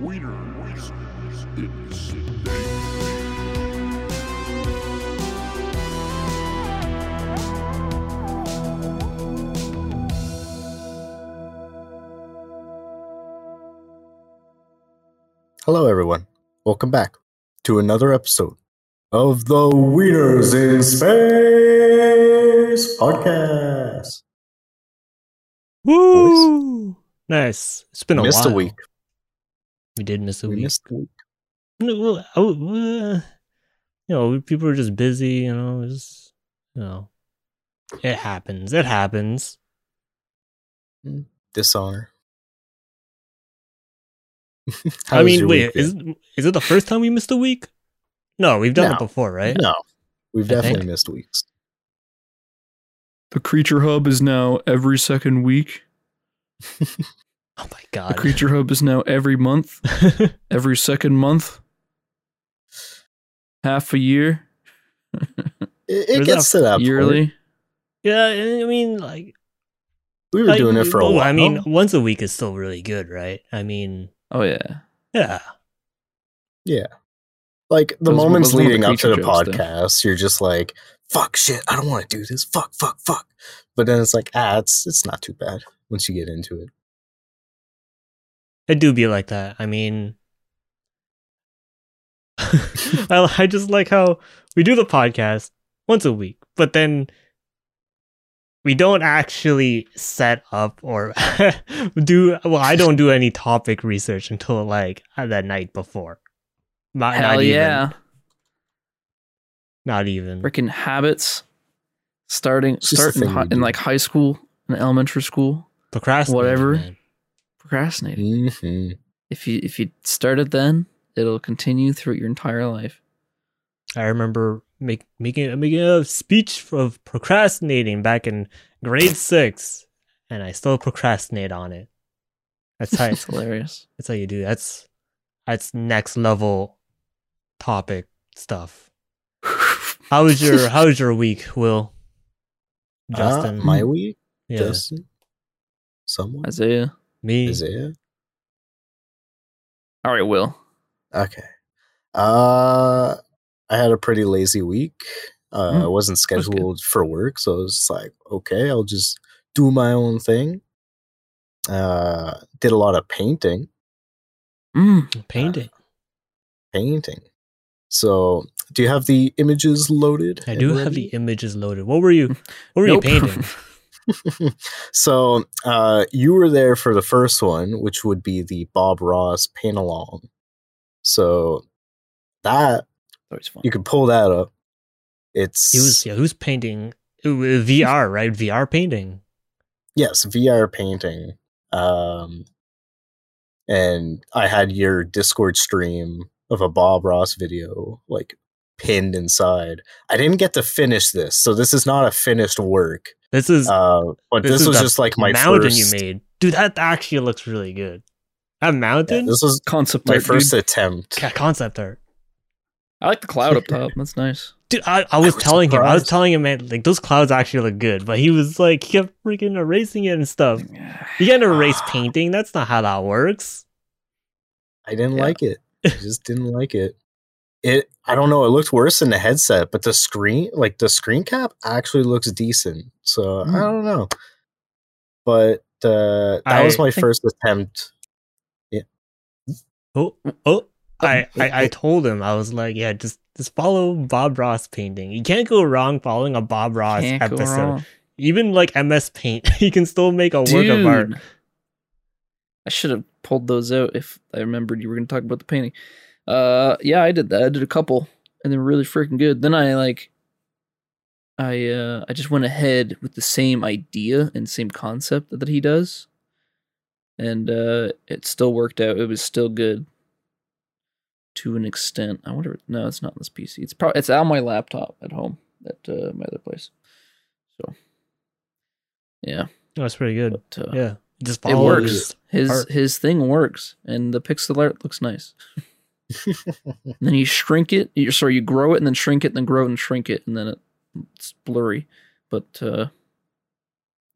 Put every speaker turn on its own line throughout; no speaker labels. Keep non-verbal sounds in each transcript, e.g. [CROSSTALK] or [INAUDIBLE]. Wieners. It's dangerous.
Hello, everyone. Welcome back to another episode of the
Wieners in
Space podcast.
Woo! Nice. It's been a
missed
while.
a week.
We did miss a
we
week.
missed a week.
No, well, I w- uh, you know, people were just busy. You know, it was, you know, it happens. It happens.
Dishonor. [LAUGHS]
I mean, wait, is is it the first time we missed a week? No, we've done it
No.
before, right?
No, we've
I
definitely
think.
missed weeks.
The Creature Hub is now every second week.
Oh my
The
god.
Creature Hub is now every month, every second month, half a year,
It, it
Where's
gets
that
to that point.
yearly.
[LAUGHS] yeah, I mean, like
We were
like,
doing it for a
well,
while.
I mean, once a week is still really good, right? I mean,
Oh yeah,
yeah,
like the
those-
moments
those were the
leading up to the
creature jokes, though.
podcast, you're just like, "Fuck shit, I don't want to do this. Fuck, fuck, fuck." But then it's like, ah, it's it's not too bad once you get into it.
it do be like that. I mean, [LAUGHS] I, I just like how we do the podcast once a week, but then we don't actually set up or [LAUGHS] do. Well, I don't do any topic research until like the night before. Not,
hell
not
yeah,
Even, not even.
freaking habits. Starting
It's just a
starting
thing
hi-
we
in
do.
like high school and elementary school,
Procrastinate.
whatever.
man.
procrastinating.
hmm
If you if you start it then, it'll continue through your entire life.
I remember make, making making a speech of procrastinating back in grade six, and I still procrastinate on it. That's
[LAUGHS]
how
It's hilarious.
that's how you do. That's that's next level topic stuff. How
[LAUGHS]
was your How was your week, Will? Justin,
Ah, Uh, my week,
yeah,
Justin, someone,
Isaiah.
me.
is it?
All right, Will.
Okay. Uh, I had a pretty lazy week. Uh,
Hmm.
I wasn't
good.
scheduled for work, so I was just like, okay, I'll just do my own thing. Uh, did a lot of painting.
Mm.
uh,
Painting.
painting. So, do you have the images loaded?
I
and
do have the
ready?
images loaded. What
[LAUGHS]
were you? What were
Nope.
you
[LAUGHS]
painting?
so, uh, you were there for the first one, which would be the Bob Ross paint along. So, that
Always fun.
you can pull that up. It's [LAUGHS]
He was yeah. Who's painting? It was VR, right? VR painting.
yes, VR painting. Um, and I had your Discord stream of a Bob Ross video like pinned inside. I didn't get to finish this, so this is not a finished work.
This is
Uh, but
This
this,
is
was
the
just like my
mountain
first.
you made, dude. That actually looks really good. That
yeah,
mountain,
this was
Concept
my
art,
first
dude.
attempt.
Ca- concept art,
I like the cloud up
[LAUGHS]
top. That's nice.
dude. I, I was
was
telling him, I was
surprised.
telling him, man, like those clouds actually look good, but he was like, he kept freaking erasing it and stuff. You can't erase painting. That's not how that works.
I didn't
Yeah.
like it.
[LAUGHS]
I just didn't like it. It. I don't know. It looked worse in the headset, but the screen, like the screen cap, actually looks decent. So I
Mm.
don't know. But uh, that was
I
my
think-
first attempt. [LAUGHS]
Oh, oh. I, I, I told him I was like, yeah, just just follow Bob Ross painting. You can't go wrong following a Bob Ross
Can't go
episode.
wrong.
Even like MS Paint, [LAUGHS] you can still make a work of art.
Dude, I should have pulled those out if I remembered you were going to talk about the painting. Uh, yeah, I did that. I did a couple, and they're really freaking good. Then I like, I uh, I just went ahead with the same idea and same concept that he does, and uh, it still worked out. It was still good to an extent. I wonder. No, it's not on this PC. It's probably it's on my laptop at home at uh, my other place. So, yeah,
That's pretty good.
but, uh,
Yeah, just
it
follow
works. His
art.
his thing works, and the pixel art looks nice. And then you shrink it. You, sorry, you grow it, and then shrink it, and then grow it, and shrink it, and then it, it's blurry, but uh,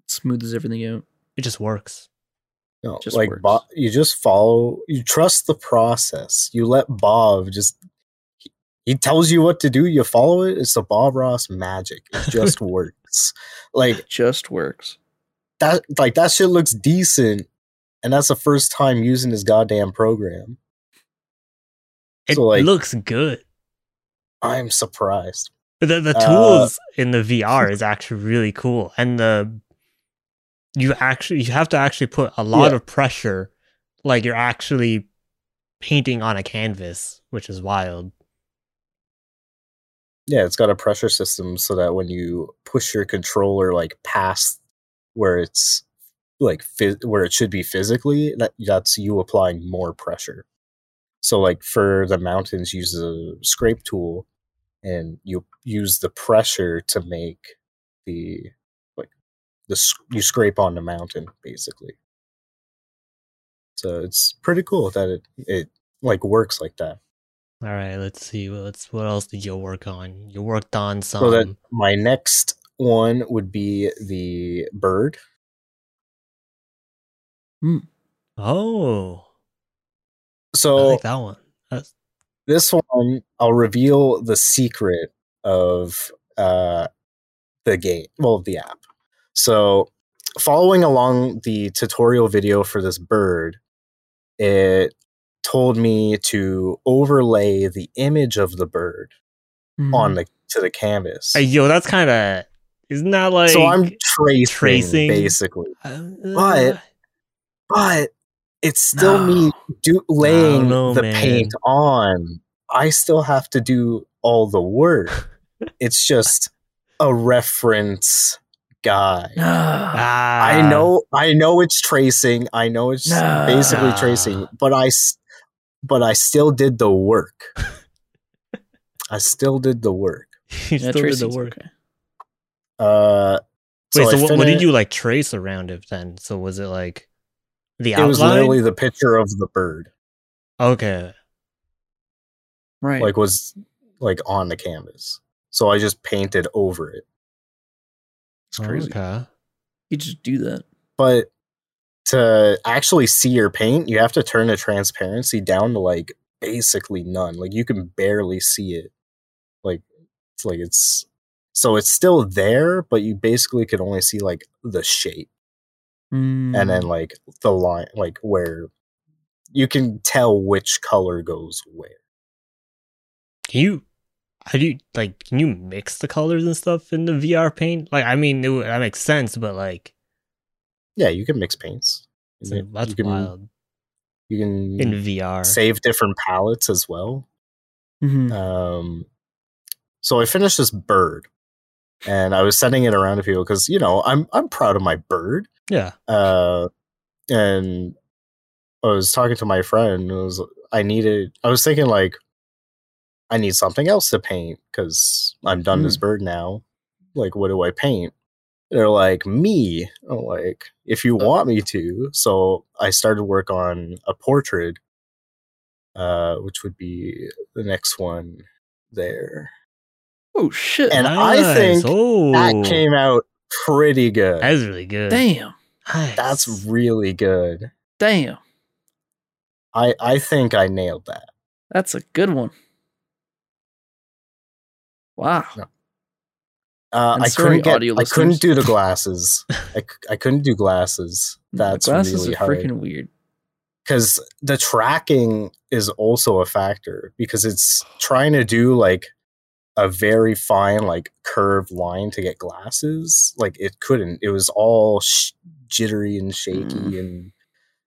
it smooths everything out.
It just works.
No,
Just
like
works.
Bob, you just follow. You trust the process. You let Bob just. he- He tells you what to do. You follow it. It's the Bob Ross magic.
[LAUGHS]
It just works. Like
Just works.
that. Like that shit looks decent, and that's the first time using his goddamn program.
It
So, like-
looks good.
I'm surprised.
The the
Uh,
tools in the VR is actually really cool, and the you actually you have to actually put a lot
Yeah.
of pressure, like you're actually painting on a canvas, which is wild.
Yeah, it's got a pressure system so that when you push your controller like past where it's like phys- where it should be physically, that that's you applying more pressure. So like for the mountains, use a scrape tool, and you use the pressure to make the like the s- you scrape on the mountain basically. So it's pretty cool that it it like works like that.
All right, let's see. What else, what else did you work on? You worked on some.
So that Um, my next one would be the bird.
oh, I
So
like that one. That's-
this one, I'll reveal the secret of uh, the game, well, the app. So, following along the tutorial video for this bird, it told me to overlay the image of the bird
Mm-hmm.
Mhm.
on the to the canvas.
Hey, uh, yo, that's kind of isn't that like
so I'm tracing,
tracing?
basically,
Uh,
But- but it's still me
No.
do laying
know,
the paint
man.
on. I still have to do all the
[LAUGHS]
work. it's just a reference guy.
Nah.
ah,
I know I know it's tracing. I know it's
Nah.
basically tracing, but I s- but I still did the work. I still did the work.
[LAUGHS] you
Yeah,
still did the
tracing's
work.
okay.
Uh
Wait, so,
I
what, what did
fini-
you like trace around it then? So was it like the
It was
outline?
literally the picture of the bird.
okay.
Right.
Like was like on the canvas. So I just painted over it.
it's crazy.
Okay.
You just do that.
but to actually see your paint, you have to turn the transparency down to like basically none. Like you can barely see it. Like it's like it's so it's still there, but you basically could only see like the shape
Hmm.
and
Mm.
then like the line like where you can tell which color goes where.
Can you how do you like can you mix the colors and stuff in the VR paint? Like I mean it would, that makes sense, but like
Yeah, you can mix paints.
it's
You
like, that's
can,
wild.
You can
In VR.
save different palettes as well.
Mhm.
Um, so I finished this bird, and I was sending it around to people because you know I'm I'm proud of my bird.
yeah.
Uh, and I was talking to my friend. It was I needed. I was thinking like, I need something else to paint because I'm done this bird now. Like, what do I paint? They're like me. I'm like, if you want me to. So I started work on a portrait, uh, which would be the next one there.
Oh shit!
and I think that
oh,
That came out pretty good.
That was really good.
damn,
Nice.
That's really good.
damn,
I I think I nailed that.
that's a good one. Wow.
No. Uh,
And
I
sorry,
couldn't get,
audio
I couldn't
listeners.
do
[LAUGHS]
the glasses. I, c- I couldn't do glasses.
No, the
That's
glasses
really
are
hard
freaking weird.
because the tracking is also a factor because it's trying to do like a very fine like curved line to get glasses. Like it couldn't. It was all sh- jittery and shaky
Mm.
and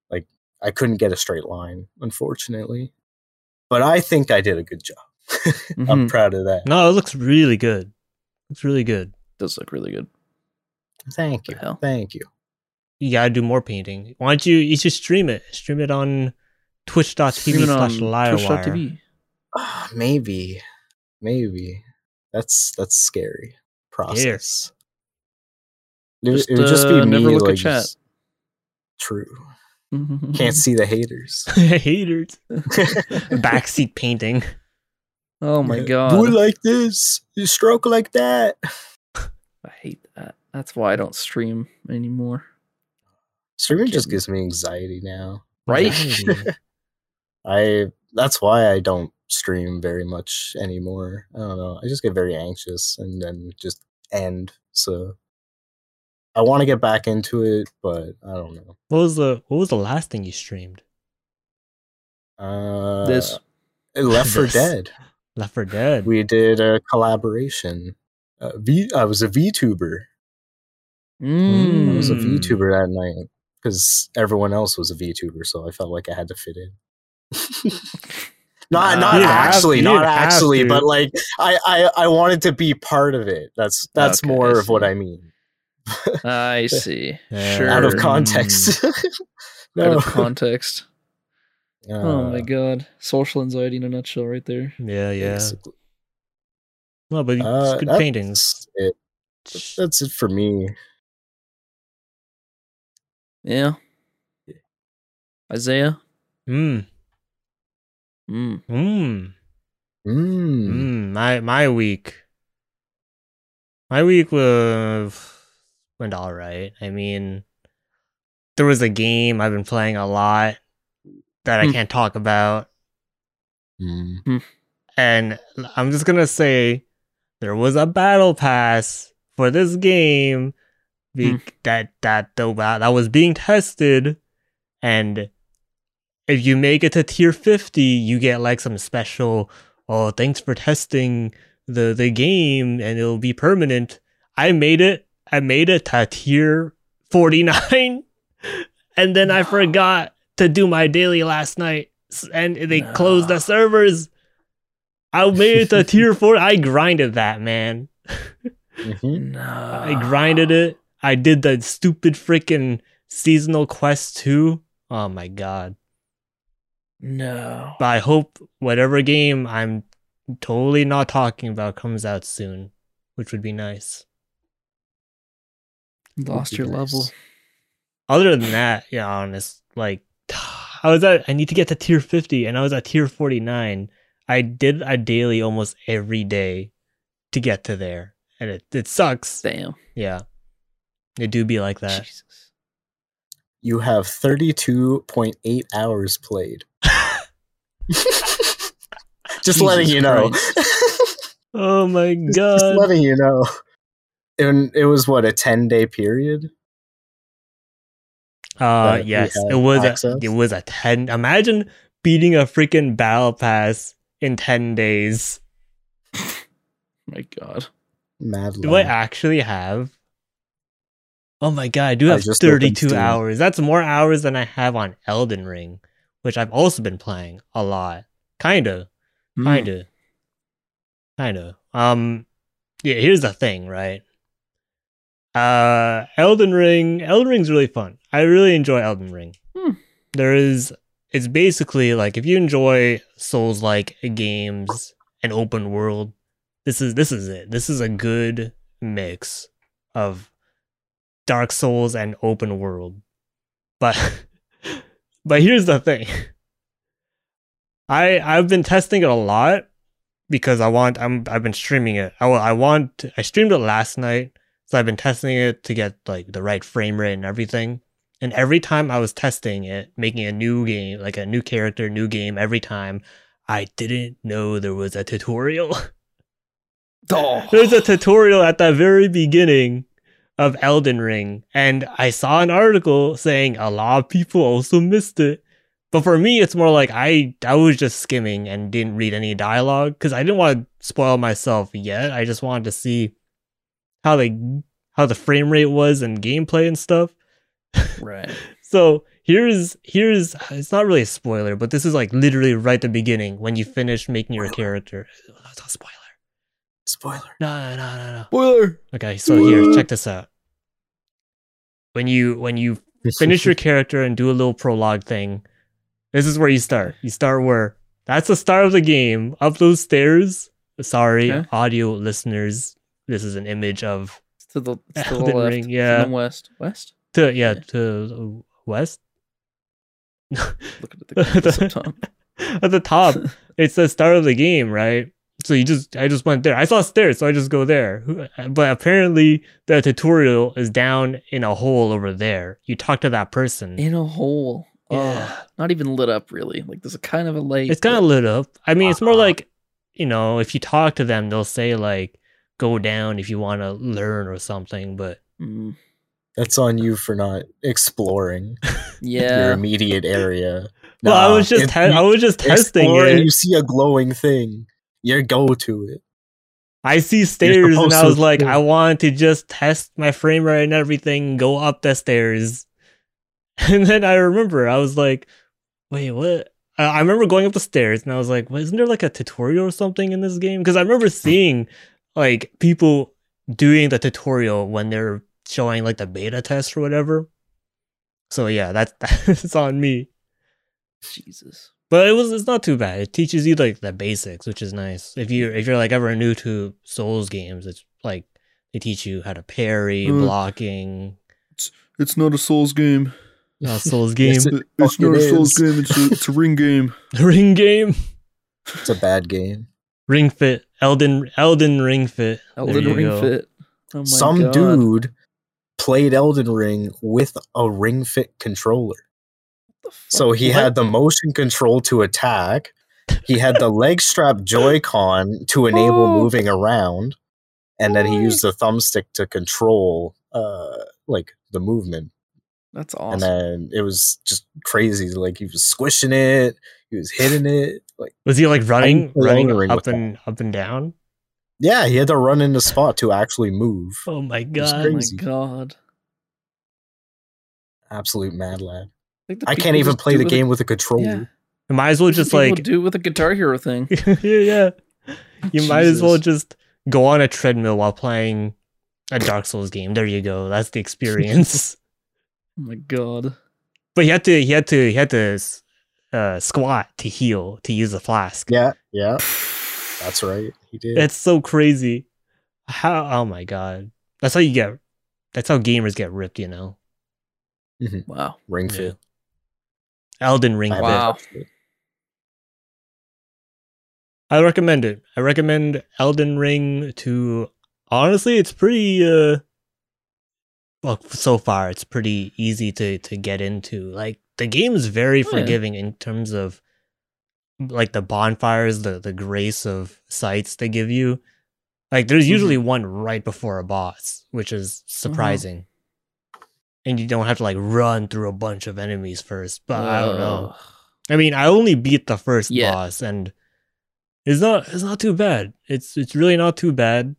like I couldn't get a straight line, unfortunately. But I think I did a good job. [LAUGHS] I'm
Mhm.
proud of that.
No, it looks really good. It's really good.
Does look really good.
Thank you.
The hell?
Thank you.
You gotta do more painting. Why don't you you should stream it. Stream it on twitch.tv
Streaming on
slash liarwire.
Twitch.tv.
Ah, maybe, maybe. That's that's scary process. It, would-
Just,
it would just be
uh, never
me,
look at
like,
chat.
just-
[LAUGHS]
True. [LAUGHS] Can't see the haters.
[LAUGHS] Haters. Backseat painting.
Oh my
Do it
god!
like this. You stroke like that.
I hate that. That's why I don't stream anymore.
Streaming just gives me anxiety now.
Right?
Anxiety.
I that's why I don't stream very much anymore. I don't know. I just get very anxious and then just end. So I want to get back into it, but I don't know.
[LAUGHS] what was the What was the last thing you streamed?
Uh,
this
Left for
This.
Dead.
Left for Dead.
We did a collaboration. Uh, v, I was a VTuber. I was a
Mm.
VTuber that night because everyone else was a VTuber, so I felt like I had to fit in. not
Nah.
not
You didn't
have-
actually,
you
not
didn't have
actually,
to.
but like I, I I wanted to be part of it. That's that's
Okay,
more
I
of what
see.
I mean. [LAUGHS]
I see.
Yeah.
Sure. Hmm.
Out of
Sure.
context. [LAUGHS]
[LAUGHS] Out
no.
of context. oh my
Uh,
god. Social anxiety in a nutshell right there.
Yeah, yeah.
basically.
Well, but you-
Uh,
it's good
that's
paintings.
it. That's it for me.
Yeah. Isaiah?
Mm,
Mm.
mm,
Mm.
mm. My my week. My week was went all right. I mean, there was a game I've been playing a lot that I
Hmm.
can't talk about,
Mm.
and I'm just gonna say there was a battle pass for this game be-
Hmm.
that that though that was being tested, and if you make it to tier fifty, you get like some special. Oh, thanks for testing the the game, and it'll be permanent. I made it. I made it to tier forty nine, [LAUGHS] and then I
No.
forgot to do my daily last night, s- and they closed
No.
the servers. I made it to tier four. I grinded that man.
Mhm.
No.
I grinded it. I did the stupid freaking seasonal quest too. Oh my god.
No.
But I hope whatever game I'm totally not talking about comes out soon, which would be nice.
Lost
Would be
your
nice.
level.
Other than that, yeah, honest, like [SIGHS] I was at I need to get to tier 50 and I was at tier 49. I did a daily almost every day to get to there. And it, it sucks.
Damn.
Yeah. It do be like that.
Jesus.
You have thirty-two point eight hours played.
[LAUGHS]
Just letting
Jesus
you know.
Oh
[LAUGHS]
my
Just- Just
god.
letting you know. And it was what a ten day period.
Uh
that we
yes,
had
it was a,
access?
it was a 10 imagine beating a freaking battle pass in 10 days.
My god.
Mad.
Do I
lad.
actually have Oh my god, I do
I
have
just opened
32
Steam.
hours. That's more hours than I have on Elden Ring, which I've also been playing a lot. Kind of. Kind of. Kind of. Mm. Um yeah, here's the thing, right? Uh Elden Ring, Elden Ring's really fun. I really enjoy Elden Ring.
Hmm.
There is it's basically like if you enjoy Souls like games and open world, this is this is it. This is a good mix of Dark Souls and open world. But [LAUGHS] but here's the thing. I I've been testing it a lot because I want I'm I've been streaming it. I wa- I want I streamed it last night, so I've been testing it to get like the right frame rate and everything. And every time I was testing it, making a new game, like a new character, new game every time, I didn't know there was a tutorial. [LAUGHS]
Oh.
There's a tutorial at the very beginning of Elden Ring, and I saw an article saying a lot of people also missed it. But for me, it's more like I I was just skimming and didn't read any dialogue because I didn't want to spoil myself yet. I just wanted to see how they how the frame rate was and gameplay and stuff.
right.
So here's here's it's not really a spoiler, but this is like literally right at the beginning when you finish making your character. It's not a spoiler.
Spoiler.
No, no, no, no, no.
Spoiler.
Okay, so here, check this out. When you when you finish your character and do a little prologue thing, this is where you start. You start where that's the start of the game. Up those stairs. Sorry,
Okay.
audio listeners. This is an image of
It's to the, it's
[LAUGHS]
to the
Elden
left.
Ring,
It's
yeah.
To the west. West?
to yeah,
Yeah.
to west [LAUGHS]
Look at the, the
Oh. at the top. It's the start of the game, right? So you just, I just went there. I saw stairs, so I just go there. But apparently, the tutorial is down in a hole over there. You talk to that person.
[LAUGHS] in a hole.
Yeah.
Oh, not even lit up really. Like there's a kind of a light.
It's kind of
but-
lit up. I mean, it's more
Uh-huh.
like, you know, if you talk to them, they'll say like, "Go down if you want to learn" or something. But [LAUGHS]
Mm,
[LAUGHS] That's on you for not exploring your
yeah.
immediate area.
[LAUGHS] well, I
Nah,
was just
if
te- I
you
was just testing
explore and
it.
You see a glowing thing, you go to it.
I see stairs, and
supposed
I
to
was like,
explore.
I want to just test my frame rate and everything. Go up the stairs, [LAUGHS] and then I remember I was like, "Wait, what?" I I remember going up the stairs, and I was like, well, "Isn't there like a tutorial or something in this game?" Because I remember seeing like people doing the tutorial when they're showing like the beta test or whatever. So yeah, that's [LAUGHS] that's on me.
Jesus.
But it was it's not too bad. It teaches you like the basics, which is nice. If you if you're like ever new to Souls games, it's like they teach you how to parry,
Mm.
blocking.
It's not a Souls game.
[LAUGHS]
Not Souls game,
Yes, it-
It- it's
fucking
not a Souls
is.
game. It's a, it's a ring game.
[LAUGHS] ring game,
It's a bad game.
ring fit, Elden Elden Ring Fit. There
Elden
you
Ring
go.
fit. Oh my
Some
God.
dude played Elden Ring with a Ring Fit controller.
The fuck?
So he
What?
had the motion control to attack. He had the leg strap Joy-Con to enable
Oh.
moving around, and then he
Why?
used the thumbstick to control uh like the movement.
That's awesome.
And then it was just crazy. Like he was squishing it, he was hitting it. Like
Was he like running,
playing
running
Elden Ring
up
with that.
and up and down?
yeah, he had to run into spot to actually move.
Oh my
was
Oh
god!
my
crazy.
god.
Absolute mad lad.
Like, the
I
people
can't even
just
play
do
the
it with
game with a controller.
Yeah.
You might as well
People
just like
do it with a Guitar Hero thing.
yeah, yeah. [LAUGHS] You might as well
Jesus.
just go on a treadmill while playing a Dark Souls game. There you go. That's
[LAUGHS]
the experience.
Oh my god.
But he had to, he had to, he had to uh, squat to heal to use a flask.
Yeah, yeah. That's right. He did.
It's so crazy. How? Oh my god! That's how you get. That's how gamers get ripped. You know.
Wow.
Ring
Yeah.
Fit.
Elden Ring.
I
Fit.
haven't
Wow.
touched it.
I recommend it. I recommend Elden Ring to. Honestly, it's pretty. uh Well, so far it's pretty easy to to get into. Like the game is very
Oh, yeah.
forgiving in terms of like the bonfires, the the grace of sights they give you. Like there's
Mhm.
usually one right before a boss, which is
Mm-hmm.
surprising. And you don't have to like run through a bunch of enemies first. But I don't know.
Ugh.
I mean, I only beat the first
Yeah.
boss, and it's not it's not too bad. It's it's really not too bad.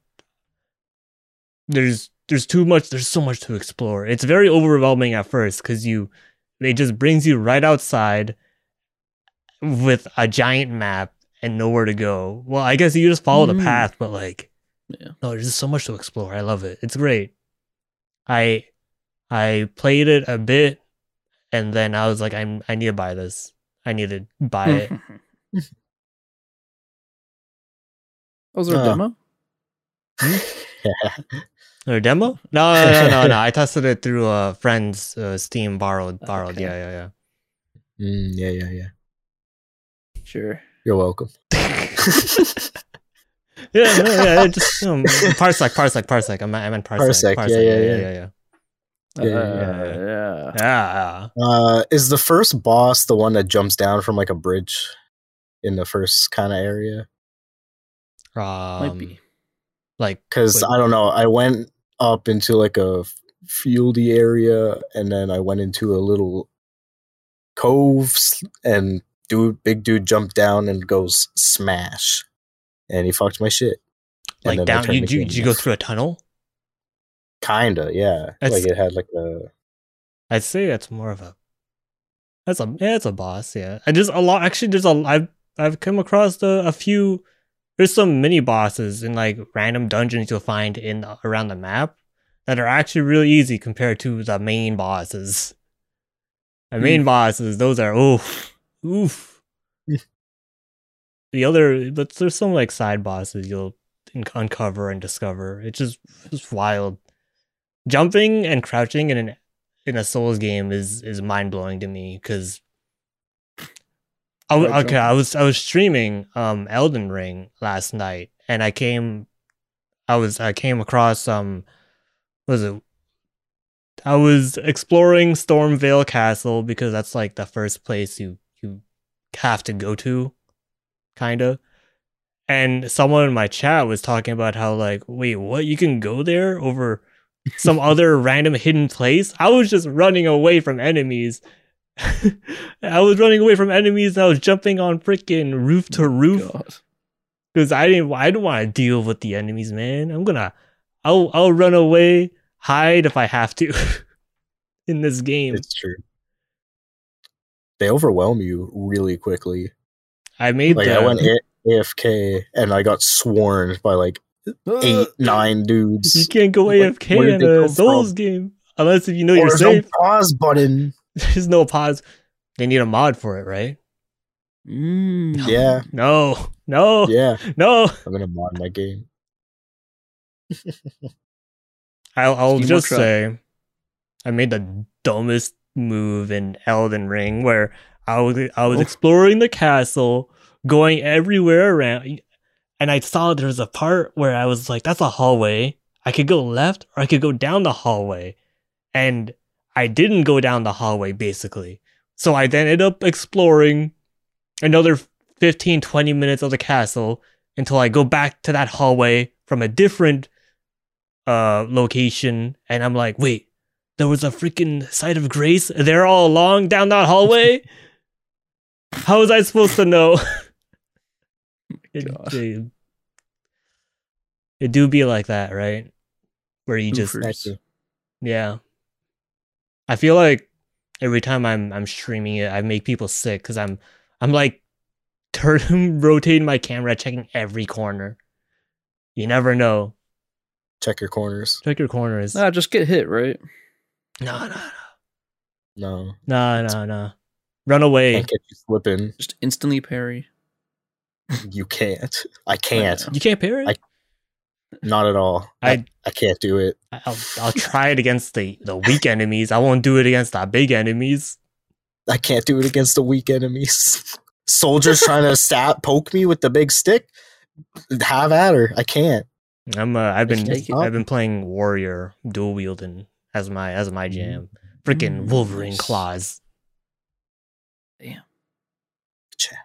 There's there's too much. There's so much to explore. It's very overwhelming at first because you it just brings you right outside with a giant map and nowhere to go. Well, I guess you just follow
Mm.
the path, but like,
Yeah.
no, there's just so much to explore. I love it. It's great. I I played it a bit, and then I was like, I'm I need to buy this. I need to
Hmm.
buy it.
[LAUGHS] Oh, was there a
Uh,
demo?
Or demo? No, no, no, no, no. I tested it through a friend's uh, Steam borrowed, borrowed.
Okay.
Yeah, yeah, yeah.
Mm, yeah, yeah, yeah.
Sure.
You're
[LAUGHS]
welcome.
Yeah, no, yeah. it Just um, parsec, parsec, parsec. I meant, I meant parsec.
Parsec, yeah, yeah,
yeah,
yeah.
yeah, yeah.
Yeah, yeah,
Uh, yeah.
Yeah.
Uh, is the first boss the one that jumps down from like a bridge in the first kind of area?
Um,
be.
Like,
Because
Wait.
I don't know. I went up into like a f- fieldy area, and then I went into a little cove, s- and dude, big dude jumped down and goes smash, and he fucked my shit. And
like
then I
down.
turned
You,
the
you,
game
you go
off.
through a tunnel.
Kinda, yeah.
That's-
Like it had like a
I'd say that's more of a that's a yeah, it's a boss, yeah. And there's a lot actually there's a I've I've come across a, a few there's some mini bosses in like random dungeons you'll find in around the map that are actually really easy compared to the main bosses. The main bosses, those are oof. Oof. the other but there's some like side bosses you'll un- uncover and discover. It's just it's wild. Jumping and crouching in an in a Souls game is is mind blowing to me because I w-
Right,
okay,
John?
I was I was streaming um Elden Ring last night, and I came, I was I came across um, was it? I was exploring Stormvale Castle because that's like the first place you you have to go to, kind of. And someone in my chat was talking about how like, wait, what? You can go there over
[LAUGHS]
some other random hidden place? I was just running away from enemies. [LAUGHS] I was running away from enemies and I was jumping on freaking roof
Oh
to roof
God.
because I didn't I didn't want to deal with the enemies, man. I'm gonna I'll I'll run away, hide if I have to [LAUGHS] in this game.
It's true. They overwhelm you really quickly.
I made
Like
the,
I went A- AFK and I got swarmed by like
[LAUGHS]
eight, nine
you
dudes.
can't go
Like, where
AFK
did
in
they
a
come
Souls game unless if you know
Or
[LAUGHS] you're
There's no
safe. [LAUGHS]
pause button.
There's no pause. They need a mod for it, right?
Mm.
Yeah,
No, no,
yeah.
no.
I'm gonna mod my game.
I'll, I'll
Steam
just
Workshop.
say, I made the dumbest move in Elden Ring where I was I was
Oh.
exploring the castle, going everywhere around, and I saw there was a part where I was like, "That's a hallway. I could go left or I could go down the hallway," and I didn't go down the hallway basically. So I then ended up exploring another 15, 20 minutes of the castle until I go back to that hallway from a different uh location and I'm like, wait, there was a freaking site of grace there all along down that hallway? How was I supposed to know? [LAUGHS] it,
God.
they- it do be like that, right? Where you just
Oofers.
Actually,
yeah. I feel like every time I'm I'm streaming it, I make people sick because I'm I'm like turn [LAUGHS] rotating my camera, checking every corner. You never know.
Check your corners.
Check your corners. No,
Nah, just get hit, right?
no, no,
No,
no, no, no. Run away.
can't catch you slipping.
Just instantly parry.
You can't. I can't.
know.
You can't pair it.
Not at all. I, I
I-
can't do it.
I, will I'll try it against the the weak enemies. I won't do it against the big enemies.
I can't do it against the weak enemies. Soldiers trying to stab, poke me with the big stick. Have at her. I can't.
I'm uh, I've been
Just take it.
I've been playing warrior dual wielding as my as my jam. Freaking
Mm,
Wolverine
nice.
claws.
Damn.
Cha.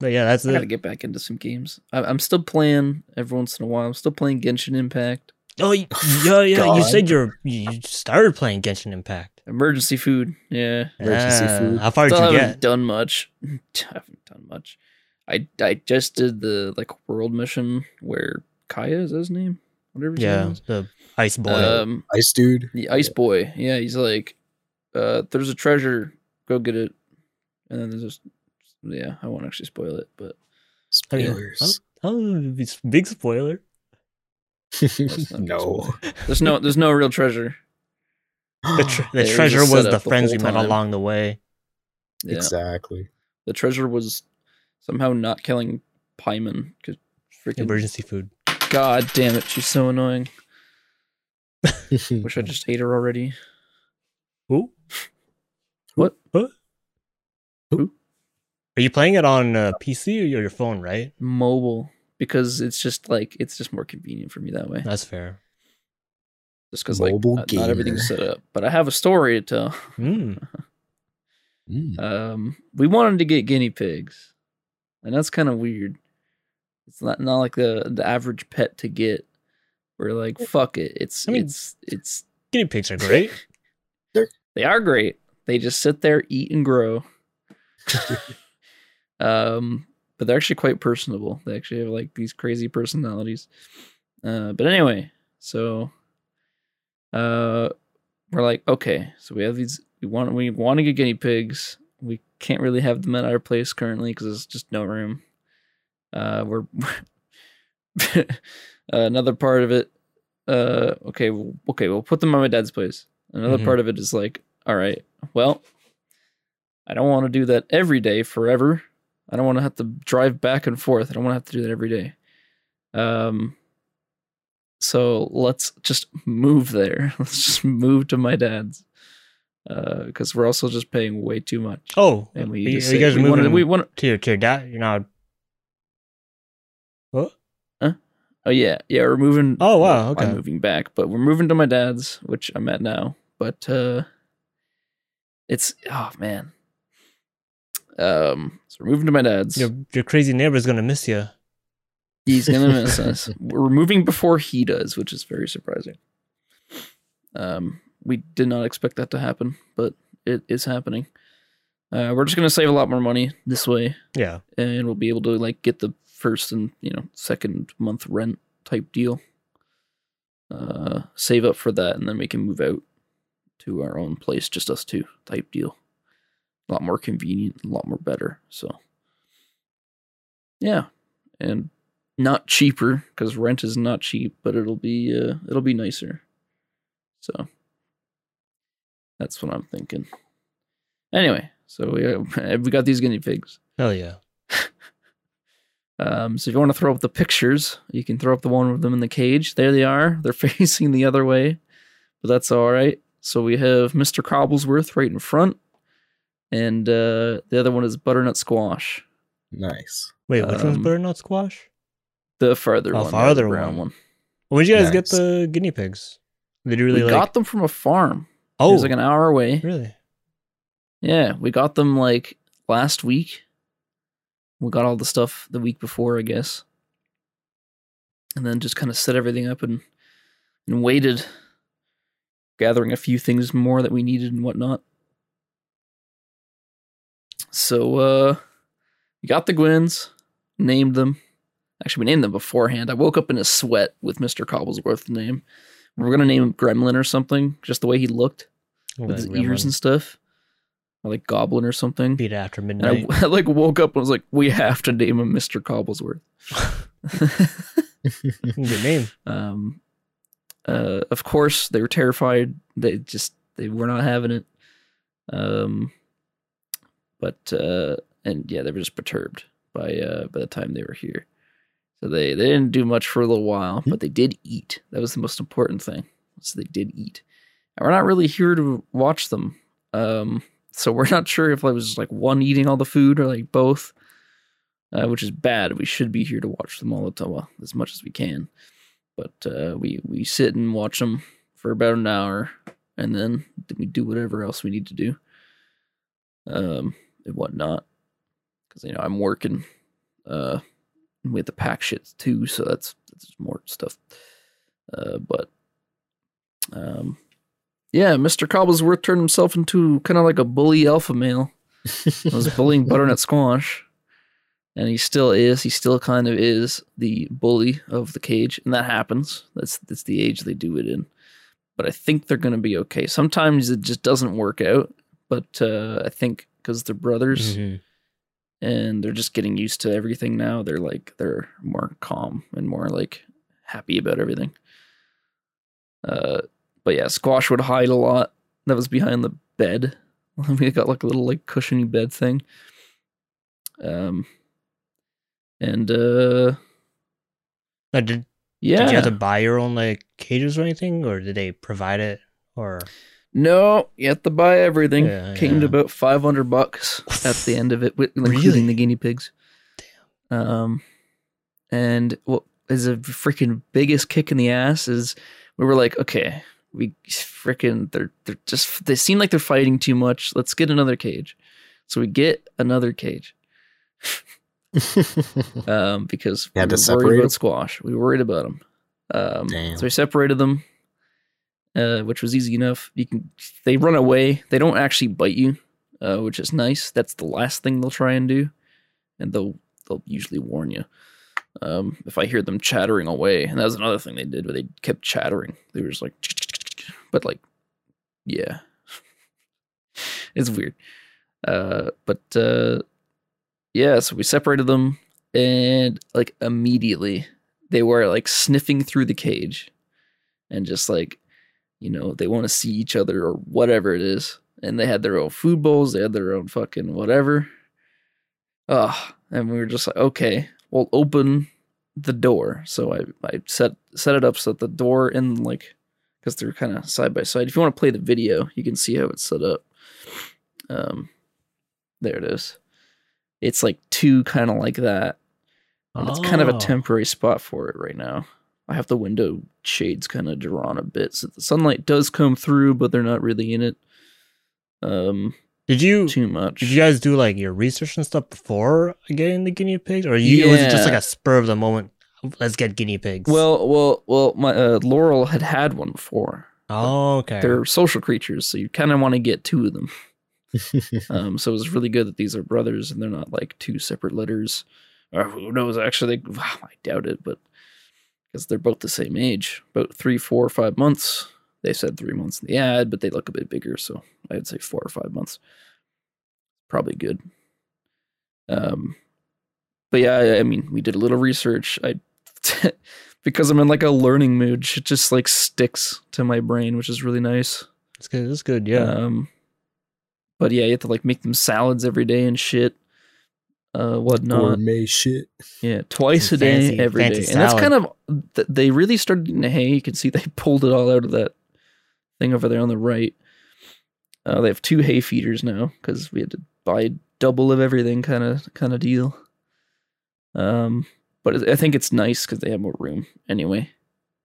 But yeah, that's
I gotta
it.
get back into some games. I, I'm still playing every once in a while. I'm still playing Genshin Impact.
Oh
[SIGHS]
y- yeah, yeah. You
God.
said you're you started playing Genshin Impact.
Emergency food. Yeah.
Emergency
Ah,
food.
How far did
Still
you
haven't
get?
done much. [LAUGHS] I haven't done much. I I just did the like world mission where Kaya is that his name. Whatever. His
Yeah,
Name is.
the ice boy.
Um,
Ice dude.
the Ice Boy. Yeah, he's like, uh, there's a treasure. Go get it. And then there's just yeah. I won't actually spoil it, but
Spoilers.
oh, it's a big spoiler.
not a
no.
there's [LAUGHS] no there's no real treasure.
The,
[SIGHS]
tr- the
There's a
treasure was
setup
the
the
friends
whole
you met
time.
along the way.
Yeah.
Exactly.
The treasure was somehow not killing Paimon because freaking
Emergency food.
god damn it, she's so annoying. Wish I just ate her already.
Who?
What?
Huh?
Who?
Are you playing it on uh, PC or your phone? Right.
Mobile because it's just like it's just more convenient for me that way.
That's fair.
Just because like
Mobile
not, not everything's
gamer.
set up, but I have a story to tell.
Mm.
[LAUGHS] Mm.
Um, we wanted to get guinea pigs, and that's kind of weird. It's not not like the the average pet to get. We're like, fuck it. It's
I mean-
it's it's
Guinea pigs are great.
they are great. They just sit there, eat, and grow. um, but they're actually quite personable. They actually have like these crazy personalities. Uh, but anyway, so uh, we're like, okay, so we have these. We want we want to get guinea pigs. We can't really have them at our place currently because there's just no room. Uh, we're [LAUGHS] another part of it. Uh, okay, well, okay, we'll put them on my dad's place. Another
Mhm.
part of it is like, all right, well, I don't want to do that every day forever. I don't want to have to drive back and forth. I don't want to have to do that every day. Um, [LAUGHS] so let's just move there. Let's just move to my dad's. because we're also just paying way too much.
Oh,
And we,
you,
just
you
say-
guys are
we
moving
wanted, we want.
to your to your dad. You're not. What?
Oh yeah, yeah. We're moving.
Oh, wow,
well, I'm
okay.
moving back, but we're moving to my dad's, which I'm at now. But uh, it's oh man. Um, so we're moving to my dad's.
Your your crazy neighbor's gonna miss you.
He's gonna miss us. We're moving before he does, which is very surprising. Um, we did not expect that to happen, but it is happening. Uh, we're just gonna save a lot more money this way,
Yeah.
and we'll be able to like get the first and you know second month rent type deal. Uh, save up for that, and then we can move out to our own place, just us two type deal. A lot more convenient, a lot more better. So, yeah, and not cheaper because rent is not cheap, but it'll be uh, it'll be nicer. So that's what I'm thinking. Anyway, so we uh, we [LAUGHS] got these guinea pigs.
Hell yeah.
Um, so if you want to throw up the pictures, you can throw up the one of them in the cage. There they are. [LAUGHS] They're facing the other way, but that's all right. So we have Mr. Cobblesworth right in front, and uh, the other one is Butternut Squash,
Nice. [LAUGHS]
Wait, which one's
Um,
better? Not squash.
the farther
Oh,
one,
farther
the
one.
brown one.
Where'd you guys get
nice.
the guinea pigs? Did you really
we
like?
got them from a farm.
oh,
it was like an hour away.
really?
Yeah, we got them like last week. We got all the stuff the week before, I guess. And then just kind of set everything up and and waited, gathering a few things more that we needed and whatnot. So uh we got the Gwens, named them. Actually, we named them beforehand. I woke up in a sweat with Mr. Cobblesworth's name. We were gonna name him Gremlin or something, just the way he looked
Oh,
with his ears and stuff, or like goblin or something.
beat it after
And I,
midnight.
[LAUGHS] I like woke up and was like, we have to name him Mr. Cobblesworth.
[LAUGHS]
[LAUGHS]
Good name.
um, uh, of course, they were terrified. They just they were not having it. Um, but uh, and yeah, they were just perturbed by uh, by the time they were here. So they they didn't do much for a little while, but they did eat. That was the most important thing. So they did eat, and we're not really here to watch them. Um, so we're not sure if it was like one eating all the food or like both, uh, which is bad. We should be here to watch them all the time, well, as much as we can but uh, we we sit and watch them for about an hour, and then we do whatever else we need to do, um, and whatnot. Because you know I'm working, uh, and we have to pack shit too, so that's that's just more stuff. Uh, but um, yeah, Mister Cobblesworth turned himself into kind of like a bully alpha male. I was bullying Butternut Squash, and he still is. He still kind of is the bully of the cage, and that happens. That's that's the age they do it in. But I think they're going to be okay. Sometimes it just doesn't work out, but uh, I think because they're brothers
Mhm.
and they're just getting used to everything now, they're like they're more calm and more like happy about everything. Uh, but yeah, Squash would hide a lot. That was behind the bed. [LAUGHS] we got like a little like cushiony bed thing. Um, and uh,
Now, did,
yeah,
did you have to buy your own like cages or anything, or did they provide it? Or
no, you have to buy everything.
Yeah,
Came
yeah.
to about five hundred bucks at the end of it, with, including
Really?
the guinea pigs. Damn. Um, and what is a freaking biggest kick in the ass is we were like, okay, we freaking they're they're just they seem like they're fighting too much. Let's get another cage. So we get
[LAUGHS]
another cage. um, because
You had
we
to
were
separate
worried
'em?
about squash. We were worried about them. Um,
Damn.
so we separated them, uh, which was easy enough. You can they run away. They don't actually bite you, uh, which is nice. That's the last thing they'll try and do, and they'll they'll usually warn you. Um, if I hear them chattering away, and that was another thing they did, where they kept chattering. They were just like, but like, yeah, [LAUGHS] it's weird. Uh, but uh, yeah, so we separated them, and like immediately they were like sniffing through the cage, and just like, you know, they want to see each other or whatever it is, and they had their own food bowls, they had their own fucking whatever. Ugh, and we were just like, okay, we'll open the door. So I I set set it up so that the door in like because they're kind of side by side. If you want to play the video, you can see how it's set up. Um, there it is. It's like two kind of like that. And It's kind of a
Oh.
temporary spot for it right now. I have the window shades kind of drawn a bit, so the sunlight does come through, but they're not really in it um
Did you
too much.
did you guys do like your research and stuff before getting the guinea pigs, or you, was it just like
Yeah.
a spur of the moment? Let's get guinea pigs.
Well, well, well. My uh, Laurel had had one before.
oh, okay.
They're social creatures, so you kind of want to get two of them. Um, so it was really good that these are brothers and they're not like two separate letters. Or who knows? Actually, they, I doubt it, but because they're both the same age, about three, four, five months. They said three months in the ad, but they look a bit bigger, so I'd say four or five months. Probably good. Um, but yeah, I, I mean, we did a little research. I because I'm in like a learning mood, it just like sticks to my brain, which is really nice.
It's good. It's good. Yeah.
Um, but yeah, you have to like make them salads every day and shit. Uh, whatnot.
Gourmet shit. [LAUGHS]
Yeah, twice
Some
a day, every
fancy-
day,
fancy
and that's
salad.
kind of th- they really started in the hay. You can see they [LAUGHS] pulled it all out of that thing over there on the right. Uh, they have two hay feeders now because we had to buy double of everything, kind of kind of deal. Um, but it- I think it's nice because they have more room anyway.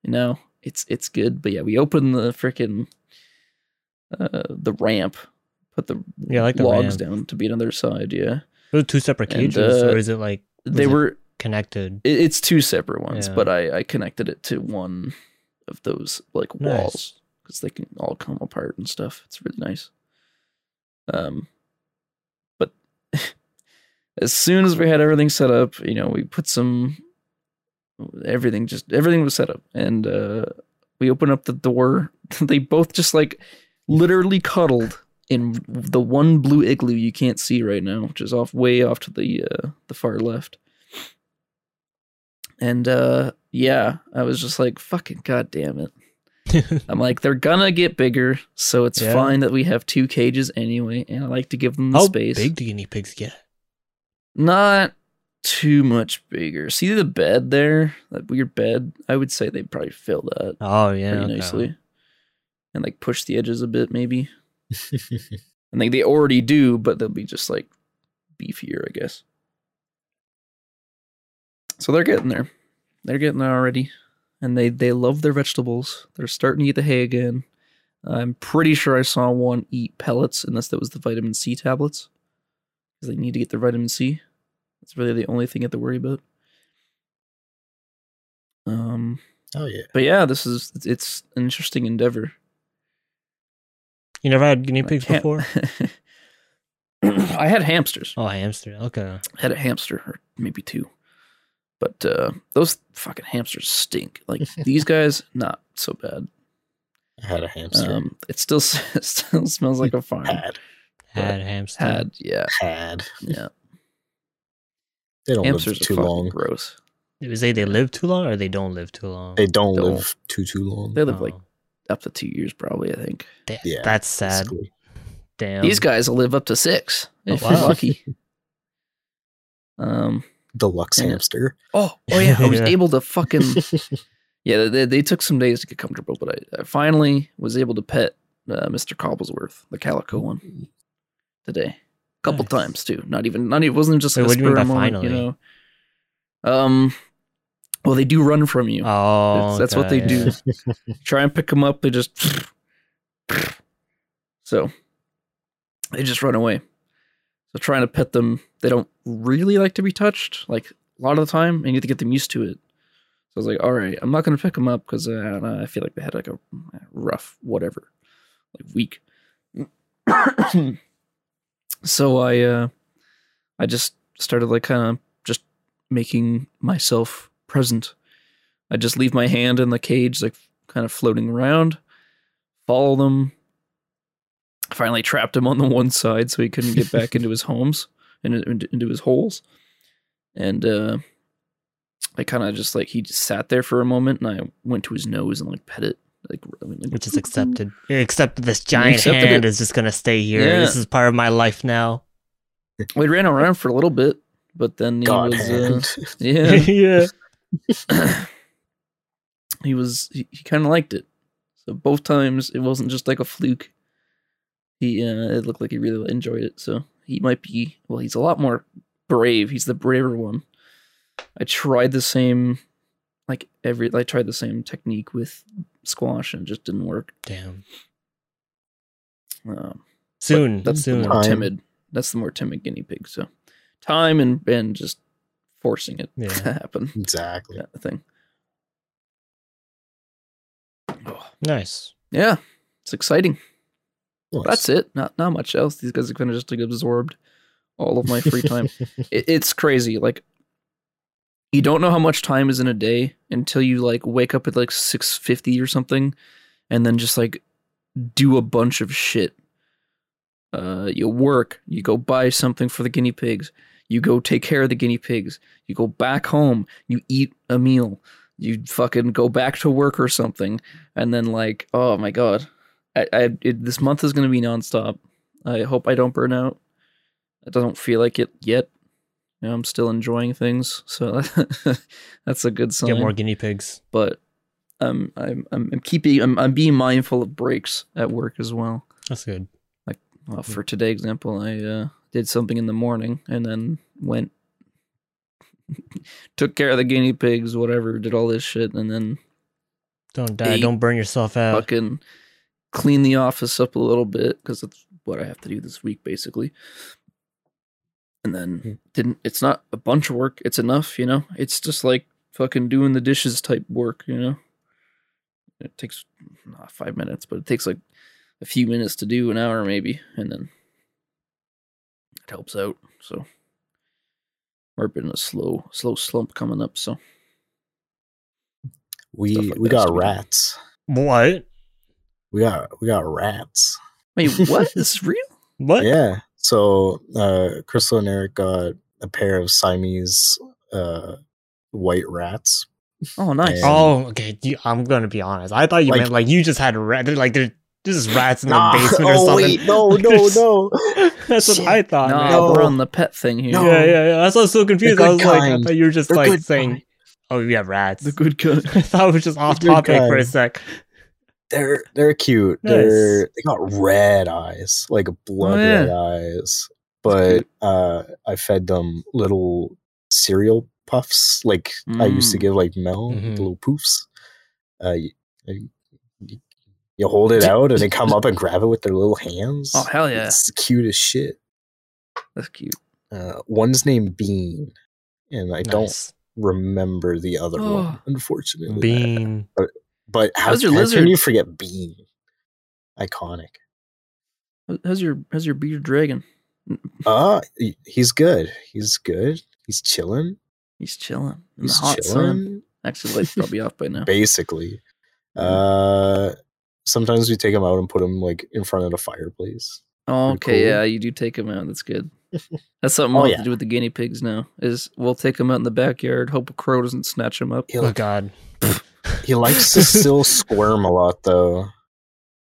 You know, it's it's good. But yeah, we opened the freaking uh the ramp, put the
Yeah, I like the ramp.
logs down to be on their side. Yeah,
Those two separate
and,
cages,
uh,
or is it like
they
it-
were
connected?
it, it's two separate ones,
Yeah.
but I, I connected it to one of those like
Nice.
walls because they can all come apart and stuff. It's really nice. Um, but [LAUGHS] as soon as we had everything set up, you know, we put some everything just everything was set up, and uh, we opened up the door. they both just like literally cuddled in the one blue igloo you can't see right now, which is off way off to the uh, the far left. And uh, yeah, I was just like, "Fucking goddamn it!"
[LAUGHS]
I'm like, they're gonna get bigger, so it's
Yeah.
fine that we have two cages anyway, and I like to give them the
How
space.
big do guinea pigs get?
Not too much bigger. See the bed there? That weird bed? I would say they'd probably fill that
Oh yeah,
pretty
okay.
nicely. And like push the edges a bit, maybe. And like they already do, but they'll be just like beefier, I guess. So they're getting there. They're getting there already. And they they love their vegetables. They're starting to eat the hay again. I'm pretty sure I saw one eat pellets, unless that was the vitamin C tablets. Because they need to get their vitamin C. That's really the only thing you have to worry about. Um
oh yeah.
but yeah, this is it's an interesting endeavor.
you never had guinea
Like,
pigs
ham- [LAUGHS]
before?
[CLEARS THROAT] I had hamsters.
Oh, hamster. Okay.
I had a hamster or maybe two. But uh those fucking hamsters stink.
[LAUGHS]
Like these guys, not so bad.
I had a hamster.
Um it still s- [LAUGHS] it still
[LAUGHS]
smells like a farm.
had.
Had hamster.
Had, yeah.
Had.
[LAUGHS]
Yeah.
They don't
Hamsters
live too
are fucking
long.
gross.
Did we say they live too long or they don't live too long?
They don't,
Don't.
live too too long.
They live like
Oh,
up to two years probably, I think.
da-
Yeah,
That's
That's
sad.
cool.
Damn.
These guys will live up to six if
Oh,
you're
wow.
lucky.
[LAUGHS]
Um
Deluxe
Yeah.
hamster.
Oh, oh yeah,
[LAUGHS]
I was
Yeah.
able to fucking yeah. They, they took some days to get comfortable, but I, I finally was able to pet uh, Mr. Cobblesworth, the calico one, today. Couple
Nice.
times too. Not even not even wasn't just
Wait,
like a
what do you mean
spur
by
moment, you
finally?
know. Um, well, they do run from you.
Oh,
That's- that's what
okay,
they do.
yeah.
[LAUGHS] Try and pick them up, they just [SNIFFS] so they just run away. So trying to pet them, they don't really like to be touched. Like a lot of the time, and you have to get them used to it. So I was like, all right, I'm not gonna pick them up because uh, I don't know. I feel like they had like a rough whatever, like week. [CLEARS THROAT] so I, uh, I just started like kind of just making myself present. I just leave my hand in the cage, like kind of floating around, follow them. Finally, trapped him on the one side so he couldn't get back into his homes [LAUGHS] and into, into his holes. And uh, I kind of just like he just sat there for a moment, and I went to his nose and like pet it, like, I mean,
[LAUGHS]
like
Which is accepted.
[LAUGHS]
Except this giant
accepted
hand
it.
is just gonna stay here.
Yeah.
This is part of my life now.
We ran around for a little bit, but then
[LAUGHS]
he
God
was uh, [LAUGHS]
hand. [LAUGHS]
[LAUGHS] Yeah.
[CLEARS THROAT] yeah. he was he, he kind of liked it, So both times it wasn't just like a fluke. He uh, it looked like he really enjoyed it. So he might be well. He's a lot more brave. He's the braver one. I tried the same, like every I tried the same technique with squash and it just didn't work.
Damn.
Um,
Soon.
but that's
soon.
the more
Time.
timid. That's the more timid guinea pig. So time and and just forcing it
Yeah.
[LAUGHS] to happen
Exactly.
kind of thing. Oh,
Nice.
yeah, it's exciting.
Nice.
That's it. Not not much else. These guys have kind of just like absorbed all of my free time. it, it's crazy. Like you don't know how much time is in a day until you like wake up at like six fifty or something, and then just like do a bunch of shit. Uh, you work. You go buy something for the guinea pigs. You go take care of the guinea pigs. You go back home. You eat a meal. You fucking go back to work or something, and then like, oh my god, I, I it, this month is going to be nonstop. I hope I don't burn out. I don't feel like it yet. You know, I'm still enjoying things, so [LAUGHS] that's a good sign.
Get more guinea pigs.
but um, I'm I'm, I'm keeping I'm, I'm being mindful of breaks at work as well.
That's good.
Well, Uh, for today example, I uh, did something in the morning and then went [LAUGHS] took care of the guinea pigs, whatever, did all this shit, and then
Don't die.
Eight.
Don't burn yourself out.
fucking clean the office up a little bit because that's what I have to do this week, basically. And
Hmm.
then didn't. It's not a bunch of work. It's enough, you know. It's just like fucking doing the dishes type work, you know. It takes not five minutes, but it takes like a few minutes to do, an hour maybe, and then it helps out. So we're in a slow, slow slump coming up. So
We
Stuff like
we
that
got
to be done.
rats.
What?
We got we got rats.
wait, what? this is real?
What?
Yeah. So uh, Crystal and Eric got a pair of Siamese uh, white rats.
Oh, nice.
Yeah.
Oh, okay. You, I'm gonna be honest. I thought you
Like-
meant like you just had a rat. Like there,
[LAUGHS]
this is rats in the
Nah.
basement or
oh,
something.
Wait,
[LAUGHS]
no, no,
There's-
no.
That's
Shit.
what I thought.
Nah,
man.
no.
we're on the pet thing here.
No.
Yeah, yeah, yeah. That's why I was so confused. I
good
was like, I
kind.
thought you were just
They're
like
good
saying,
kind.
"Oh, you have rats." [LAUGHS]
The good guy.
I thought it was just off
good
topic for a
kind.
sec.
They're they're cute.
Nice.
They're they got red eyes, like blood
Oh, yeah.
red eyes. But uh, I fed them little cereal puffs, like I used to
Mm.
give like Mel
Mhm.
the little poofs. Uh, you, you, you hold it out and they come up and
[LAUGHS]
grab it with their little hands.
[LAUGHS] Oh hell yeah,
It's cute as shit.
that's cute.
Uh, one's named Bean, and I don't
Nice.
remember the other one,
Oh.
unfortunately.
bean.
But how,
How's your
how
lizard?
can you forget Bean? Iconic.
How- How's your how's your bearded dragon?
Uh he- he's good. He's good. He's chilling.
He's chilling in
He's
the hot sun. [LAUGHS]
chilling.
Actually, light's probably off
[LAUGHS]
by now.
Basically.
Mm-hmm.
Uh sometimes we take him out and put him like in front of the fireplace.
Oh,
pretty
okay,
cool.
yeah, you do take him out.
[LAUGHS]
That's good. That's something
Oh,
we'll have
yeah.
to do with the guinea pigs now. Is we'll take him out in the backyard. Hope a crow doesn't snatch him up.
He,
Oh God.
he likes
[LAUGHS]
to still squirm a lot though.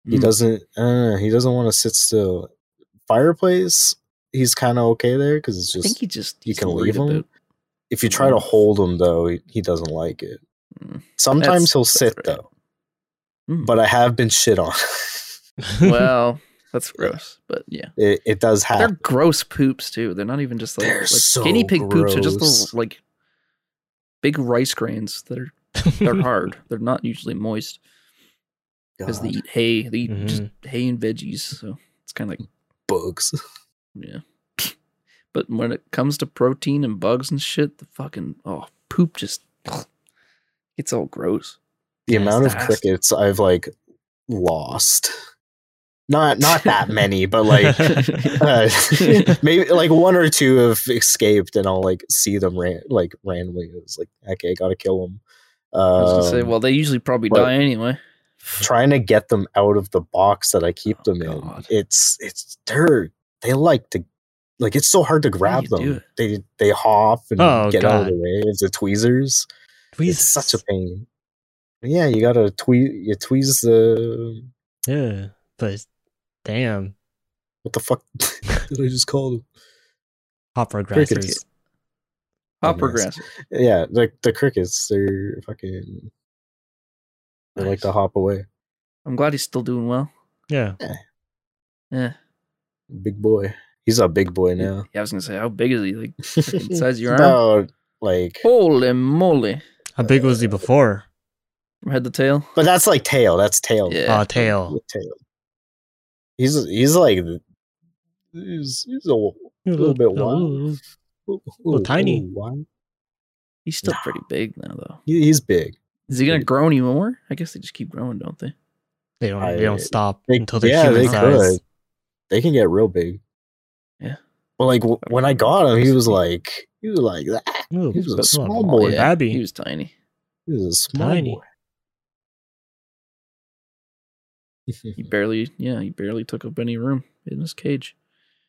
He
Mm.
doesn't uh, he doesn't want to sit still. Fireplace, he's kind of okay there cuz it's
I think
just
he just
you
he's
can leave
worried
him. [LAUGHS]
about-
if you try to hold him though, he, he doesn't like it.
Mm-hmm. Mm.
Sometimes
That's-
he'll
that's
sit
right.
though,
Mm.
but I have been shit on. [LAUGHS]
well, that's gross. But yeah,
it, it does
they're
happen.
gross poops too. They're not even just like,
Ah. They're
like
so
guinea pig poops are just
gross.
little, like big rice grains that are
[LAUGHS]
they're hard. They're not usually moist. because they
God, Mm-hmm.
eat hay. They eat just hay and veggies, so it's kind of like
[LAUGHS] bugs.
yeah. [LAUGHS] but when it comes to protein and bugs and shit, the fucking oh poop just [SIGHS] it's all gross.
the
Yeah, it's
amount of
fast.
crickets I've like lost. Not not
[LAUGHS]
that many, but like [LAUGHS] uh,
[LAUGHS]
maybe like [LAUGHS] one or two have escaped, and I'll like see them ran- like randomly. It's like okay, gotta kill them.
I was gonna say,
Um,
well, they usually probably
but-
die anyway.
trying to get them out of the box that I keep them in.
Oh, God.
It's it's they're they like to like it's so hard to grab
do you do
them. They they hop and
Oh,
get out of
God.
the way. It's a tweezers. It's
Tweezers.
such a pain. Yeah, you gotta tweeze you tweeze the
yeah. But damn,
what the fuck [LAUGHS] did I just call them?
hopper
Crickets.
grassers.
Hopper
goodness.
grass.
Yeah, like the crickets, they're fucking they like to
Nice.
hop away.
I'm glad he's still doing well.
Yeah.
Yeah.
Big boy. He's a big boy
[LAUGHS]
now.
Yeah, I was gonna say, how big is he? Like the
[LAUGHS]
size of your arm? Oh.
About like
Holy moly!
How big was he
Uh,
before?
From head to tail.
but that's like tail. That's tail.
Yeah.
Uh, tail.
With tail. He's he's like he's he's a little, little bit wild.
little tiny.
little wild.
He's still pretty big now, though.
He, he's big.
Is he gonna
Pretty-
grow any more? I guess they just keep growing, don't they?
They don't.
I-
they don't stop
They-
until they're
yeah,
human
they
size.
could. They can get real big.
Yeah.
But like w- when I got him, he was like he was like that.
Ooh,
He was a
that's not
small
normal.
boy.
Boy, Babby.
Oh, He was tiny.
He was a small
Tiny.
boy. [LAUGHS]
He barely, yeah, he barely took up any room in his cage.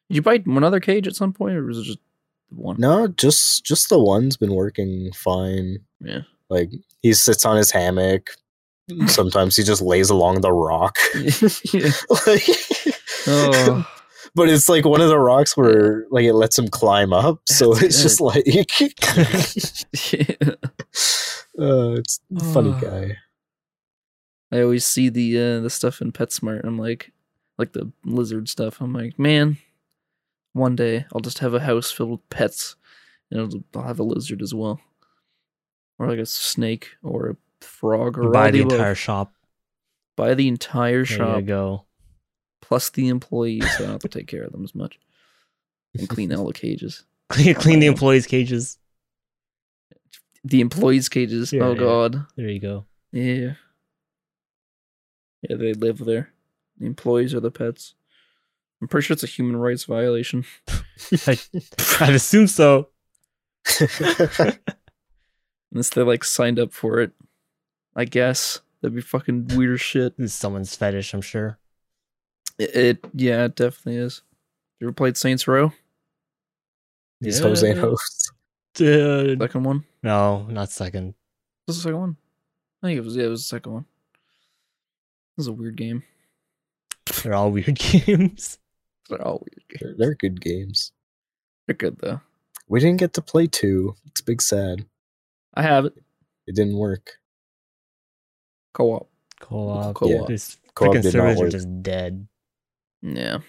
Did you buy another cage at some point, or was it just one?
No, just just the one's been working fine.
[LAUGHS]
Yeah.
Like he sits on his hammock. Sometimes he just lays along the rock. [LAUGHS]
Yeah.
Like-
Oh, [LAUGHS]
But it's like one of the rocks where like it lets him climb up. So
That's
it's just like [LAUGHS]
yeah.
uh, it's a funny
Oh. [LAUGHS]
guy.
I always see the uh, the stuff in PetSmart. I'm like, like the lizard stuff. I'm like, man, one day I'll just have a house filled with pets, and it'll, I'll have a lizard as well, or like a snake or a frog or all
Buy the
above.
entire shop.
buy the entire
There
shop
you go. [LAUGHS]
plus the employees. So I don't have to take care of them as much
[LAUGHS]
and clean all the cages.
Clean the employees' cages.
The employees' cages.
Yeah,
oh
yeah.
god,
There you go.
yeah, yeah. They live there. The employees are the pets. I'm pretty sure it's a human rights violation.
[LAUGHS]
[LAUGHS] I'd assume so.
Unless they like signed up for it. I guess. That'd be fucking weird as shit.
This is someone's fetish, I'm sure.
It, it yeah, it definitely is. You ever played Saints Row?
These
Yeah.
Jose hosts.
Dude.
Second one?
No, not second.
Was the second one? I think it was yeah, it was the second one. This is a weird game.
They're all weird [LAUGHS] games.
They're all weird games.
They're, they're good games.
They're good though.
We didn't get to play two. It's big sad.
I have it.
It didn't work.
Co op.
Co-op.
Co-op.
This
Co-op
freaking
did not
servers are
work.
just dead.
Yeah.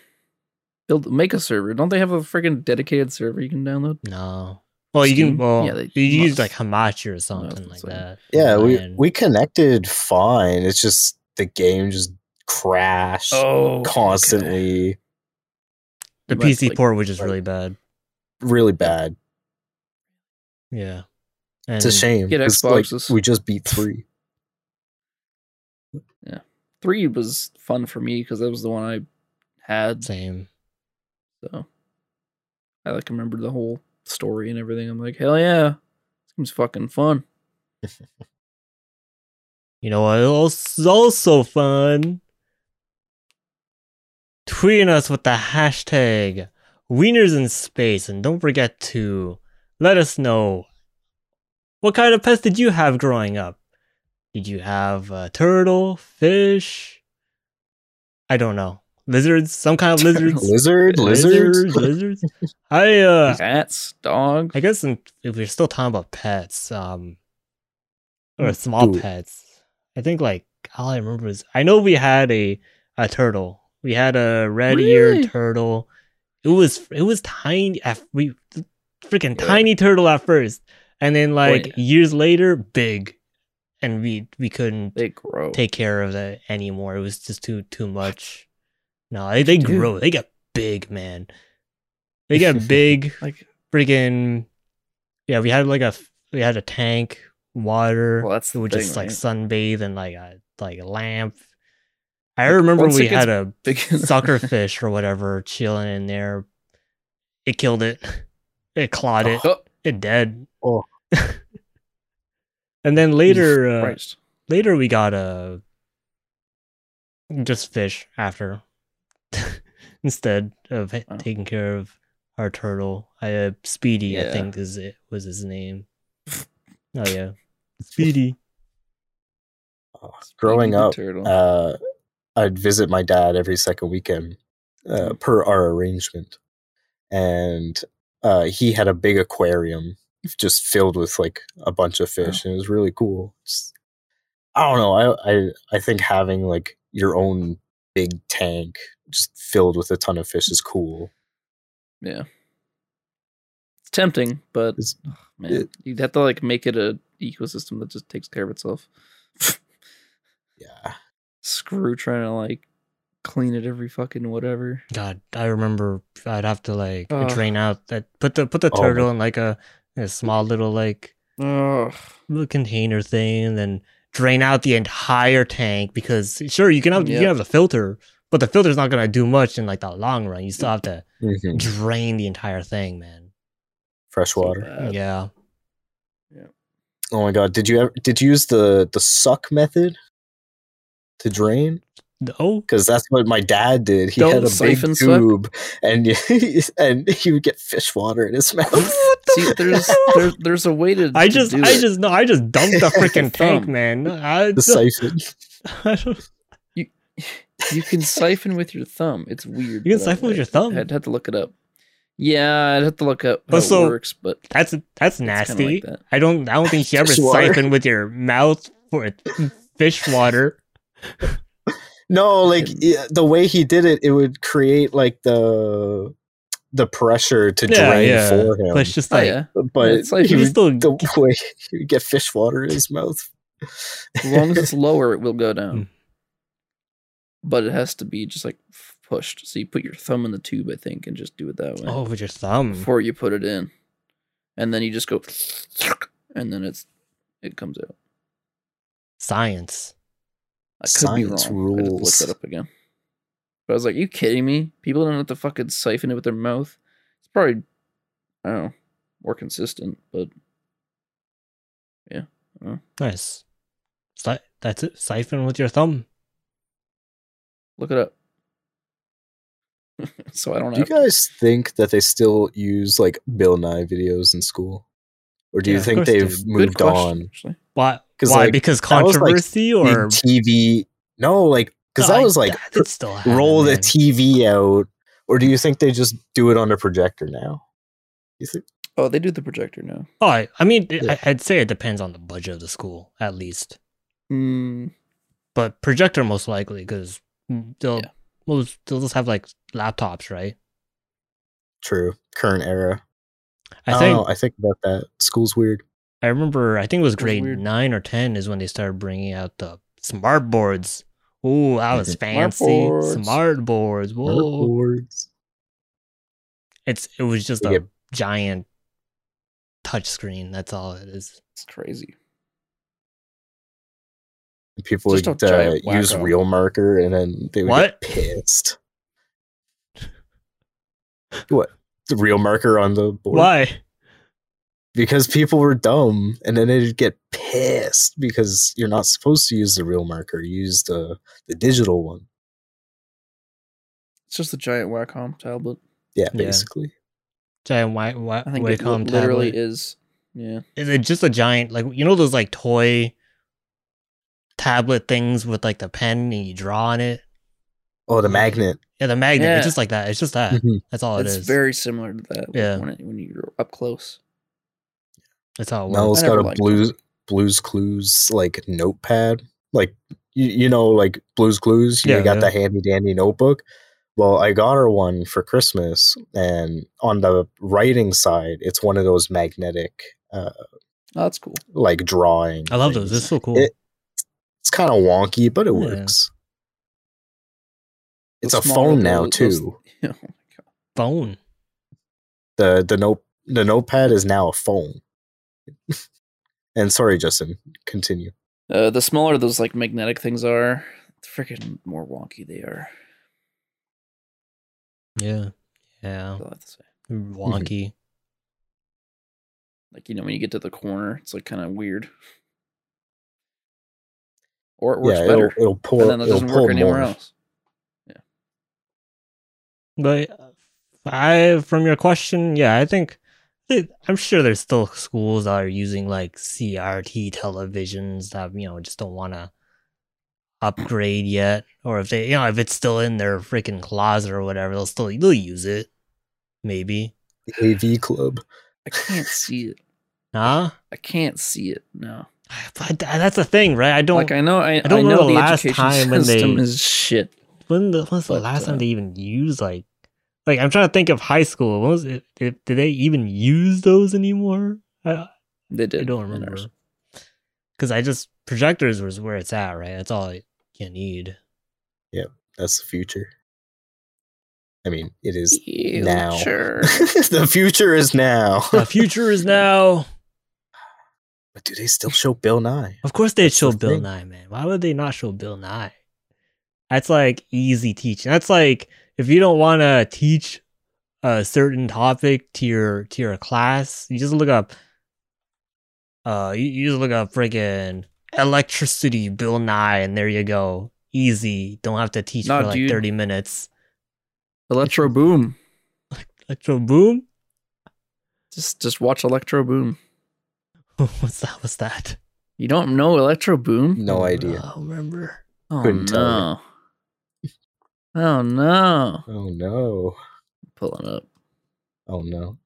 Build make a server. Don't they have a freaking dedicated server you can download?
No. Well, you
Steam?
can. Well,
Yeah, they
you use
must.
like Hamachi or something
it's
like
like-
that.
Yeah, we
Online.
we connected fine. It's just the game just crashed
Oh
constantly.
the
But,
PC
like-
port, which is really bad.
Really bad.
Yeah,
It's a
And
shame.
Get
'cause, like,
Xboxes.
we just beat
[LAUGHS]
three.
Three was fun for me because that was the one I had.
Same.
So I like remember the whole story and everything. I'm like, hell yeah. This game's fucking fun.
You know what? It's also fun. Tweeting us with the hashtag Wieners in Space, and don't forget to let us know what kind of pets did you have growing up. Did you have a turtle, fish? I don't know. Lizards, some kind
[LAUGHS]
of lizards.
Lizard, lizard.
lizards, lizards. I uh,
Cats, dog.
I guess in, if we're still talking about pets, um,
Mm,
or small
Ooh.
pets, I think like all I remember is I know we had a a turtle. We had a red-eared
Really?
turtle. It was it was tiny. At, we freaking
Yeah.
tiny turtle at first, and then like
yeah.
years later, big, and we we couldn't
They grow.
take care of that anymore. It was just too too much. No, they, they
Dude.
grow. They got big, man. They
[LAUGHS]
got big
like
freaking yeah we had like a f- we had a tank water
Well, that's
we
the
would just
thing,
like
right?
sunbathe and like a like a lamp i
Like,
remember
once
we
it gets
had
[LAUGHS]
a
big
[LAUGHS] sucker fish or whatever chilling in there it killed it [LAUGHS] it clawed it
Oh,
it dead
Oh.
[LAUGHS] and then later
Jesus
uh,
Christ.
later we got a just fish after [LAUGHS] instead of ha-
Wow.
taking care of our turtle. I uh, Speedy, I
Yeah.
think is it was his name. oh yeah, Speedy.
Growing
Baby
up,
turtle.
uh, I'd visit my dad every second weekend uh, per our arrangement, and uh, he had a big aquarium just filled with like a bunch of fish, and it was really cool. Just- I don't know. I, I I think having like your own big tank just filled with a ton of fish is cool.
It's tempting, but
It's-
ugh, man,
it-
you'd have to like make it a ecosystem that just takes care of itself.
Yeah.
Screw trying to like clean it every fucking whatever.
God, I remember I'd have to like
Ugh.
drain out that put the put the
Oh.
turtle in like a, a small little like
Ugh.
little container thing, and then drain out the entire tank because sure you can have you
Yeah.
can have the filter, but the filter's not gonna do much in like the long run. You still have to
Mm-hmm.
drain the entire thing, man.
Fresh
so
water.
bad.
yeah,
Oh my god, did you ever did you use the the suck method to drain?
no,
because that's what my dad did. He
Don't
had a
siphon
big
suck?
tube, and [LAUGHS] you- and he would get fish water in his [LAUGHS]
[LAUGHS]
mouth.
See, there's there, there's a way to.
I
to
just
do
I
it.
just no, I just dumped
[LAUGHS]
the freaking tank,
Thumb.
man. I,
the siphon.
[LAUGHS] I don't-
you can siphon with your thumb. It's weird.
You can
but
siphon with
I-
your thumb?
I'd have to look it up. Yeah, I'd have to look up how
But so-
it works, but
that's
it's
that's
kinda
nasty.
Like that. Oh,
I don't. I don't
[LAUGHS]
think she ever
Fish water.
siphoned with your mouth for fish water.
No, like yeah, the way he did it, it would create like the the pressure to
Yeah,
drain
yeah.
for him.
But it's just
Oh
like
yeah,
but
yeah, it's like
he
you
would,
still
the way he would get fish water in his mouth.
as long
[LAUGHS]
as it's lower, it will go
Hmm.
down. but it has to be just like f- pushed. So you put your thumb in the tube, I think, and just do it that way
oh with your
Hmm.
thumb.
before you put it in, and then you just go, and then it's it comes out.
Science.
I could
Science
be wrong. I had to look
rules.
that up again. But I was like, you kidding me? People don't have to fucking siphon it with their mouth. It's probably, I don't know, more consistent, but
Nice. Si- that's it. Siphon with your thumb.
look it up. [LAUGHS] so I don't
Do you
have.
guys think that they still use like Bill Nye videos in school, or do you
Yeah, of
think
course they
they've
do.
Good
moved
question,
on?
actually.
Why?
'Cause,
Why?
like,
because
that was, like,
controversy
Big [LAUGHS]
or
TV? No, like because that
I-
was like
that- it's still happening,
roll the
man.
TV out, or do you think they just do it on a projector now? You think?
Oh, they do the projector now.
Oh, I, I mean, it-
Yeah.
I, I'd say it depends on the budget of the school, at least.
Mm,
But projector most likely because they'll
Yeah.
most they'll just have like laptops, right?
True. Current era.
I
Oh.
I,
think
don't know. I think about that. School's weird.
I remember. I think it was
That's
grade
weird.
nine or ten is when they started bringing out the smart boards. Ooh, that was
Mhm.
fancy.
boards.
Smart boards. Whoa,
Dartboards.
it's it was just a
Yep.
giant touch screen. That's all it is.
it's crazy.
People
Just a
would uh,
giant
use
wacko.
real marker, and then they would
What?
get
[LAUGHS]
pissed. what? The real marker on the board
Why?
because people were dumb, and then they'd get pissed because you're not supposed to use the real marker. You use the the digital one.
It's just a giant Wacom tablet.
Yeah,
Yeah.
basically.
Giant white white
I think it li-
Wacom
literally
tablet.
is. Yeah,
Is it just a giant like you know those like toy tablet things with like the pen and you draw on it?
Oh, the magnet.
Yeah, the magnet.
Yeah.
It's just like that. It's just
[LAUGHS]
that.
Mhm.
That's all
it's
it is.
very similar to that. like,
Yeah.
when, it, when you're up close.
That's how it works.
Mel's
I
got
never
a
liked
blues blues clues like notepad. Like you, you know, like blues clues, you
Yeah,
got
yeah.
the handy dandy notebook. Well, I got her one for Christmas, and on the writing side, it's one of those magnetic uh
Oh, that's cool.
like drawing.
I love those.
things.
It's so cool.
It- It's kind of wonky, but it
Yeah.
works. It's
The
a
smaller
phone now
those- those-
too.
Yeah, oh my God.
Phone.
The the note the notepad is now a phone. [LAUGHS] and sorry, Justin, continue.
Uh, the smaller those like magnetic things are, the freaking more wonky they are.
Yeah. Yeah.
I'll have to say.
Wonky.
Like you know, when you get to the corner, it's like kind of weird. Or it works better,
It'll, it'll pull.
and then it
it'll
doesn't
pull
work anywhere
more.
else.
But I, from your question, yeah, I think I'm sure there's still schools that are using like CRT televisions that you know just don't want to upgrade yet, or if they, you know, if it's still in their freaking closet or whatever, they'll still they'll use it, maybe.
The AV club.
I can't see it.
Huh?
I can't see it. No,
But tha- that's the thing, right? I don't.
like I know, I, I,
don't
know,
remember
the
the last
education [LAUGHS]
time when
system
they-
is shit.
when the, when's the
But,
last
uh,
time they even used like, like I'm trying to think of high school. When was it? Did, did they even use those anymore? I,
They did.
I don't
in
remember.
ours.
Because I just projectors was where it's at, right? That's all you
[LAUGHS]
need.
That's the future. I mean, it is
[LAUGHS]
now.
Future.
the future is [LAUGHS] now.
The future is now.
but do they still show Bill Nye?
Of course they'd show
the
Bill
thing.
Nye, man. Why would they not show Bill Nye? That's like easy teaching. That's like if you don't want to teach a certain topic to your to your class, you just look up. Uh, you, you just look up friggin' electricity Bill Nye, and there you go. Easy. Don't have to teach
Nah,
for like
dude.
thirty minutes.
Electro Boom.
Electro boom.
Just just watch Electro Boom.
[LAUGHS] What's that? What's that?
You don't know Electro Boom?
No idea.
I don't remember.
Oh
Couldn't
no.
tell
Oh no.
Oh no.
Pulling up.
Oh no.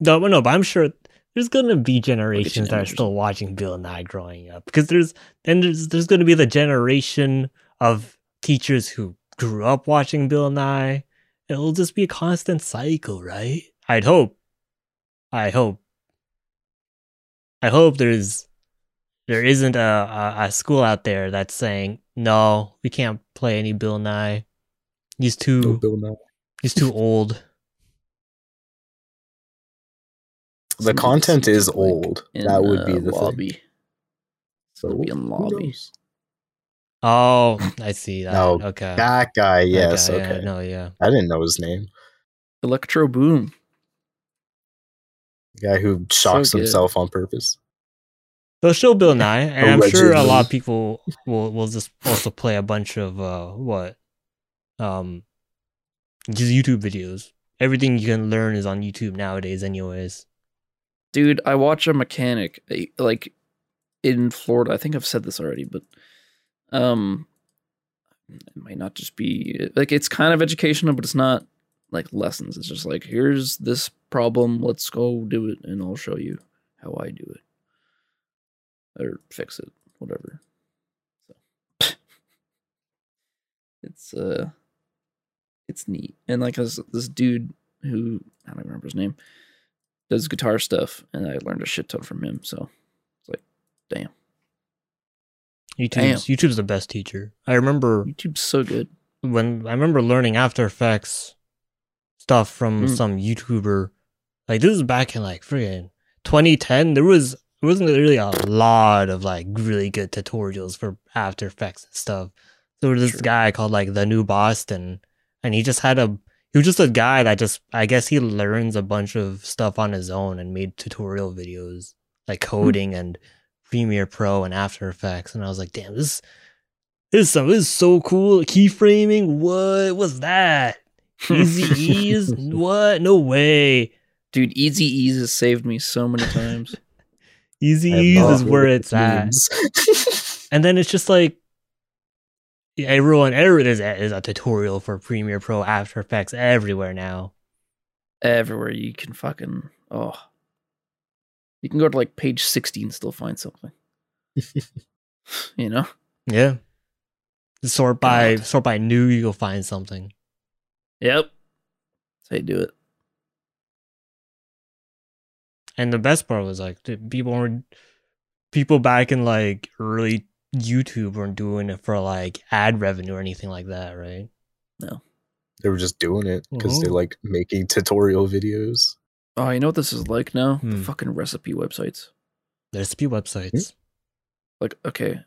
No, but no, but I'm sure there's gonna be generations that are
numbers.
still watching Bill and I growing up because there's then there's there's gonna be the generation of teachers who grew up watching Bill and I. It'll just be a constant cycle, right? I'd hope. I hope. I hope there's there isn't a, a, a school out there that's saying no, we can't play any Bill Nye. He's
No
too
Bill Nye.
he's too old.
The
Somebody
content
sees
is
the link
old.
in,
That would be
uh,
the thing.
lobby.
So
It'll be in
who
lobby.
knows?
Oh, I see that.
No,
okay.
That guy, yes,
Okay,
okay.
yeah, no, yeah.
I didn't know his name.
Electro Boom.
The guy who shocks
good.
himself on purpose.
They'll show Bill Nye, and I'm sure a
Allegedly.
lot of people will will just also play a bunch of uh what, um, just YouTube videos. Everything you can learn is on YouTube nowadays, anyways.
Dude, I watch a mechanic eh, like in Florida. I think I've said this already, but um it might not just be like it's kind of educational, but it's not like lessons. It's just like here's this problem, let's go do it and I'll show you how I do it. Or fix it, whatever. So [LAUGHS] it's uh it's neat. And like this this dude who I don't remember his name does guitar stuff, and I learned a shit ton from him. So
YouTube's YouTube's the best teacher. I remember
YouTube's so good.
when I remember learning After Effects stuff from
Mm.
some YouTuber. Like this is back in like friggin' 2010. There was there wasn't really a lot of like really good tutorials for After Effects and stuff. There was this
True.
guy called like the New Boston, and he just had a he was just a guy that just I guess he learns a bunch of stuff on his own and made tutorial videos like coding and Premiere Pro and After Effects, and I was like, damn, this this is some this is so cool. Keyframing, what was that? Easy ease, what? No way.
Dude, Easy Ease has saved me so many times.
Easy
I
ease
love
is where it's at.
memes. [LAUGHS]
And then it's just like yeah, everyone, everyone is a, is a tutorial for Premiere Pro, After Effects everywhere now.
Everywhere you can fucking oh, you can go to like page sixty and still find something. you know,
Yeah. Sort by
God.
sort by new, you'll find something.
yep. That's how you do it.
And the best part was like the people were people back in like early YouTube weren't doing it for like ad revenue or anything like that, right?
they were just doing it because they
Mhm.
like making tutorial
[LAUGHS]
videos.
Oh, you know what this is like now? The
Hmm.
fucking recipe websites.
Recipe websites.
Hmm? Like, okay,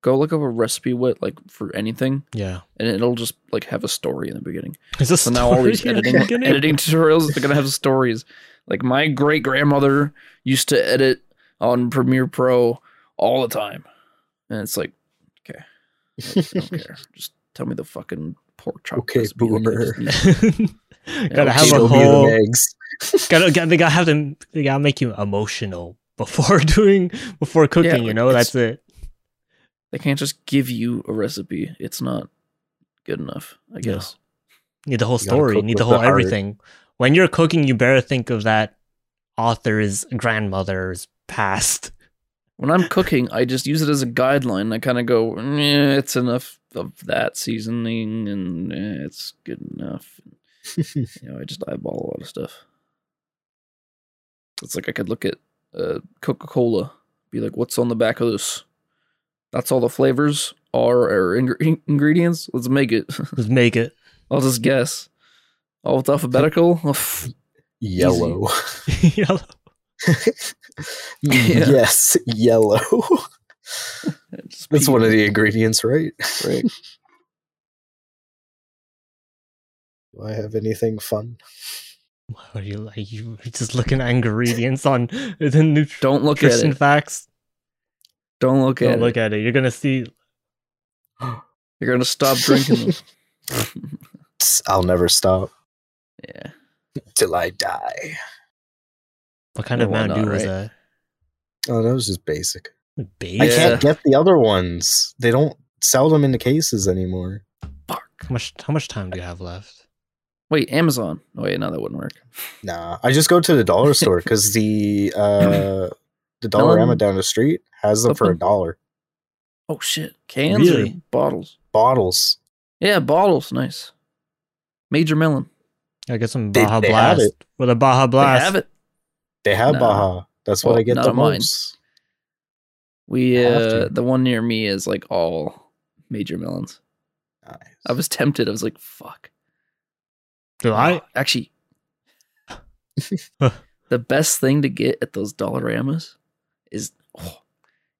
go look up a recipe what like for anything,
Yeah. [LAUGHS]
and it'll just like have a story in the beginning.
Is this
So now
[LAUGHS]
all these editing
beginning?
editing tutorials are gonna have stories. Like my great grandmother used to edit on Premiere Pro all the time, and it's like, okay, I
[LAUGHS]
don't care. Just tell me the fucking pork chop.
Okay,
recipe. Like, I
boomer.
just need-
[LAUGHS] gotta
okay,
have
show
a
Show me
whole.
the eggs.
[LAUGHS]
[LAUGHS]
Gotta, gotta, they gotta have them. They gotta make you emotional [LAUGHS] before doing before cooking. you
like,
know,
it's-
that's it.
They can't just give you a recipe. It's not good enough, I guess.
Need the whole
You gotta
story.
cook
Need the
with the
whole
art.
everything. When you're
[LAUGHS]
cooking, you better think of that author's grandmother's past.
When I'm cooking, I just use it as a guideline. I kind of go, "Meh, it's enough of that seasoning, and eh, it's good enough. you know, I just eyeball a lot of stuff. It's like I could look at uh, Coca Cola, be like, what's on the back of this? That's all the flavors are or ing- ingredients. Let's make it. [LAUGHS]
Let's make it. [LAUGHS]
I'll just guess. All with alphabetical. Oh, pff,
Yellow.
Yellow.
[LAUGHS] Yeah.
Yes, yellow.
[LAUGHS] just
That's
peek.
one of the ingredients, right?
Right.
Do I have anything fun?
Why are you like you were just looking at ingredients on [LAUGHS] the nutrition
Don't look at it.
facts?
Don't look at
Don't look
it.
at it. You're gonna see.
You're gonna stop drinking them.
I'll never stop
Yeah.
till I die.
What kind
Or
of Mountain
whatnot,
Dew was
right?
Oh, that was just basic.
that?
I
Base.
can't get the other ones. They don't sell them in the cases anymore.
Fuck.
How much? How much time do you have left?
Wait, Amazon. Oh wait, no, that wouldn't work.
Nah, I just go to the
[LAUGHS]
dollar store because the uh, the Dollarama
Melon-
down the street has them for a
something?
dollar.
Oh shit. Cans or
Really?
bottles?
Bottles.
Yeah, bottles. Nice. Major Melon.
I get some
They-
Baja
they have
Blast with a Baja Blast.
They have it.
They have
Nah.
Baja. That's what
Well,
I get
not
the
on mine.
most.
We
Have
uh,
to.
the one near me is like all major melons.
Nice.
I was tempted. I was like, fuck.
Do I?
Actually, [LAUGHS] the best thing to get at those Dollaramas is oh,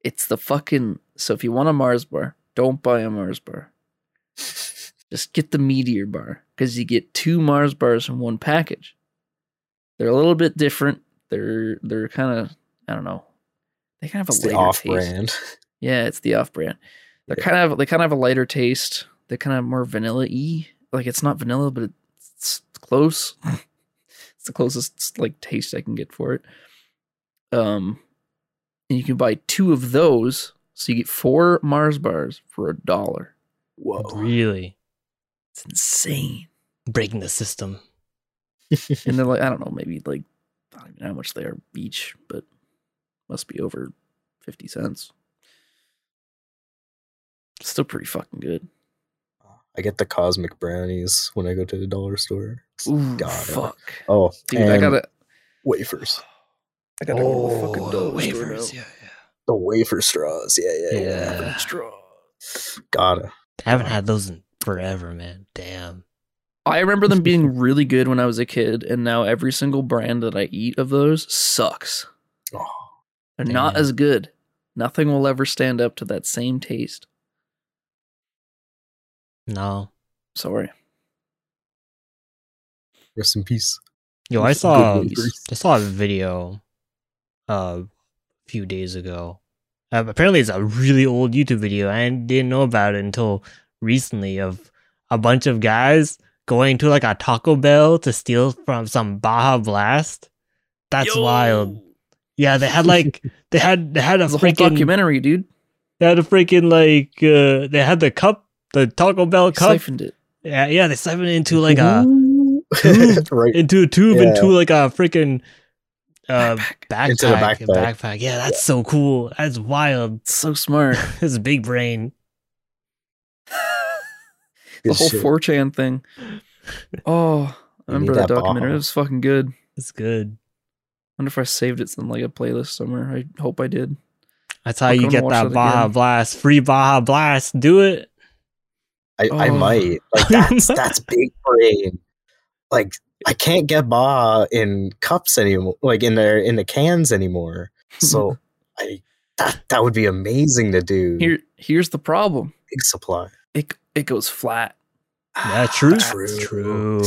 it's the fucking. So if you want a Mars bar, don't buy a Mars bar. [LAUGHS] Just get the Meteor bar because you get two Mars bars in one package. They're a little bit different. They're they're kind of I don't know. They kind of have
It's
a
the
lighter
off
taste.
brand.
Yeah, it's the off brand. They
Yeah.
kind of they kind of have a lighter taste. They kind of more vanilla y. Like it's not vanilla, but it's close. [LAUGHS] it's the closest like taste I can get for it. Um, and you can buy two of those, so you get four Mars bars for a dollar. Oh.
Whoa.
Really
It's insane.
breaking the
[LAUGHS]
system.
and they're like I don't know, maybe like I don't even know how much they are each, but must be over fifty cents. Still pretty fucking good.
I get the cosmic brownies when I go to the dollar store.
Ooh,
God, I-
fuck.
Oh,
Dude, I gotta,
wafers.
I gotta go to the fucking dollar store
Oh, Yeah,
The wafer straws. Yeah, yeah,
yeah.
yeah.
now.
yeah.
Gotta.
I haven't had those in forever, man. Damn.
I remember
[LAUGHS]
them being really good when I was a kid, and now every single brand that I eat of those sucks.
Oh,
They're not
Damn.
as good. Nothing will ever stand up to that same taste.
No.
Sorry.
rest in peace.
Yo, I
It's a good
um,
saw
release.
I saw a video uh, a few days ago. Uh, apparently, it's a really old YouTube video. I didn't know about it until recently. Of a bunch of guys going to like a Taco Bell to steal from some Baja Blast. That's wild. Yeah, they had
[LAUGHS]
like they had they had a
That's a whole
freaking
documentary, dude.
they had a freaking like uh, they had the cup the Taco Bell
They
cup.
siphoned it. Mm-hmm.
Yeah, yeah, they siphoned it into like a
Ooh. [LAUGHS] right
into a tube
Yeah.
into like a freaking uh
Backpack.
backpack,
Into the
a
backpack.
backpack. Yeah, that's so cool. That's wild.
[LAUGHS]
So smart.
His big brain.
the
Good
whole
shit.
4chan thing. Oh, I
We need
remember that
that
documentary.
bomb.
It was fucking good.
It's good.
wonder if I saved it in like a playlist somewhere. I hope I did.
That's how
I'm
you
gonna
get
watch
that
that
Baja
again.
Blast. Free Baja Blast. Do it.
I, I
Oh.
might. Like that's [LAUGHS] that's big brain. Like I can't get Baja in cups anymore. Like in their in the cans anymore. [LAUGHS] So I that that would be amazing to do.
[LAUGHS] Here, here's the problem.
Big supply.
It it goes flat
[SIGHS]
Yeah, true.
True.
True.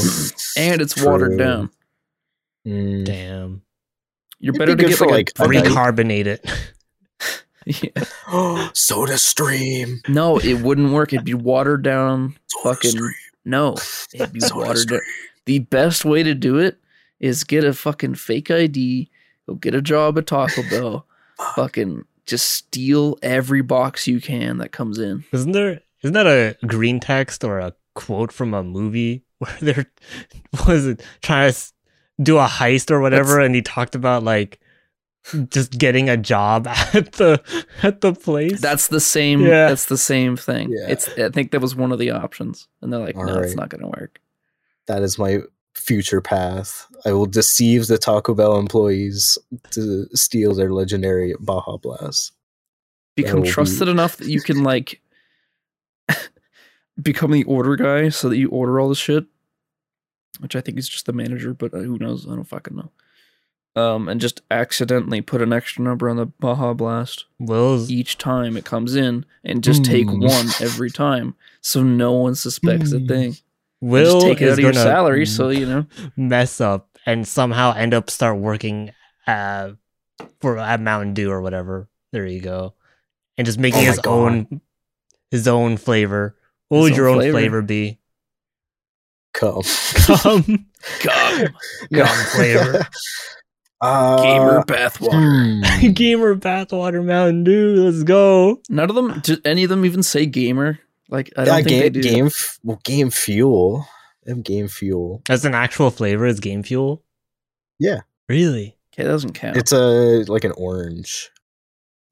and it's watered
True.
down.
Mm.
Damn.
You're
It'd
better
be good
to get
for,
like, a,
like,
a-
Recarbonate it.
[LAUGHS]
[LAUGHS]
Yeah.
[GASPS] Soda stream.
No, it wouldn't work. It'd be watered down.
Soda
Fucking
stream.
no. It'd
[LAUGHS]
be
Soda
watered down.
stream.
The best way to do it is get a fucking fake ID. Go get a job at Taco Bell. fucking just steal every box you can that comes in.
Isn't there isn't that a green text or a quote from a movie [LAUGHS] where they're what was it trying to s- do a heist or whatever and he talked about like just getting a job [LAUGHS] at the at the place.
That's the same.
Yeah.
That's the same thing.
Yeah.
It's. I think that was one of the options, and they're like,
All
"No, it's
right.
not going to work."
That is my future path. I will deceive the Taco Bell employees to steal their legendary Baja Blast.
Become
will be-
trusted enough that you
[LAUGHS]
can like [LAUGHS] become the order guy, so that you order all the shit, which I think is just the manager, but uh, who knows? I don't fucking know. Um, and just accidentally put an extra number on the Baja Blast.
Will's
each time it comes in and just take
Mm.
one every time so no one suspects a thing.
Hmm.
You
Will
just take it out
is
of your
gonna
salary so you know.
mess up and somehow end up start working uh for at Mountain Dew or whatever. There you go, and just making
Oh my
his
God.
own his own flavor. What would
own
your own
flavor.
flavor,
[LAUGHS]
be?
Come.
Come,
Gum.
Come
flavor.
[LAUGHS] Uh,
[LAUGHS] Gamer bathwater. [LAUGHS]
hmm.
[LAUGHS] gamer bathwater Mountain Dew. Let's go.
None of them do any of them even say gamer? Like I don't
Yeah,
think
game,
they do.
game, f- well, game fuel. Them game fuel.
That's an actual flavor. Is Game Fuel?
Yeah.
Really?
Okay, that doesn't count.
It's a like an orange,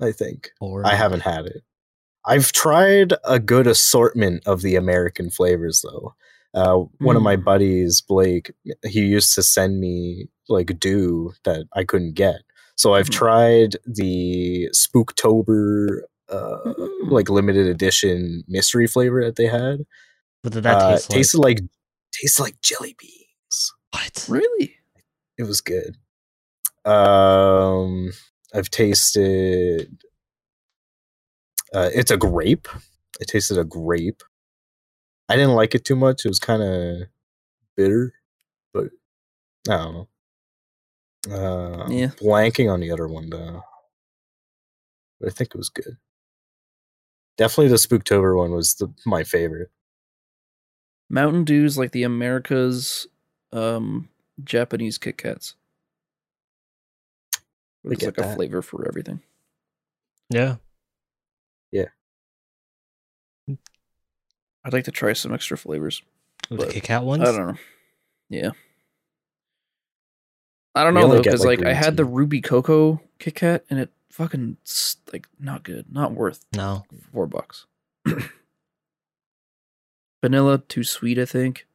I think.
Or
I haven't had it. I've tried a good assortment of the American flavors, though. Uh, One of my buddies, Blake, he used to send me like dew that I couldn't get. So I've
Mhm.
tried the Spooktober, uh,
Mm.
like limited edition mystery flavor that they had.
What did that
Uh,
taste like?
tasted like tasted like jelly beans.
what?
really?
It was good. Um, I've tasted. Uh, it's a grape. I tasted a grape. I didn't like it too much. It was kind of bitter, but I don't know. Uh,
Yeah.
Blanking on the other one though, but I think it was good. Definitely the Spooktober one was the, my favorite.
Mountain Dew's like the America's um Japanese Kit Kats.
I
It's
get
like a
that.
flavor for everything.
Yeah.
I'd like to try some extra flavors.
The
But-
Kit Kat ones.
I don't know. Yeah. I don't
We
know
only
though,
get,
because
like,
like, I
green
had the
tea.
Ruby Cocoa Kit Kat, and it fucking s- like not good, not worth
No.
four bucks. [COUGHS] Vanilla too sweet, I think.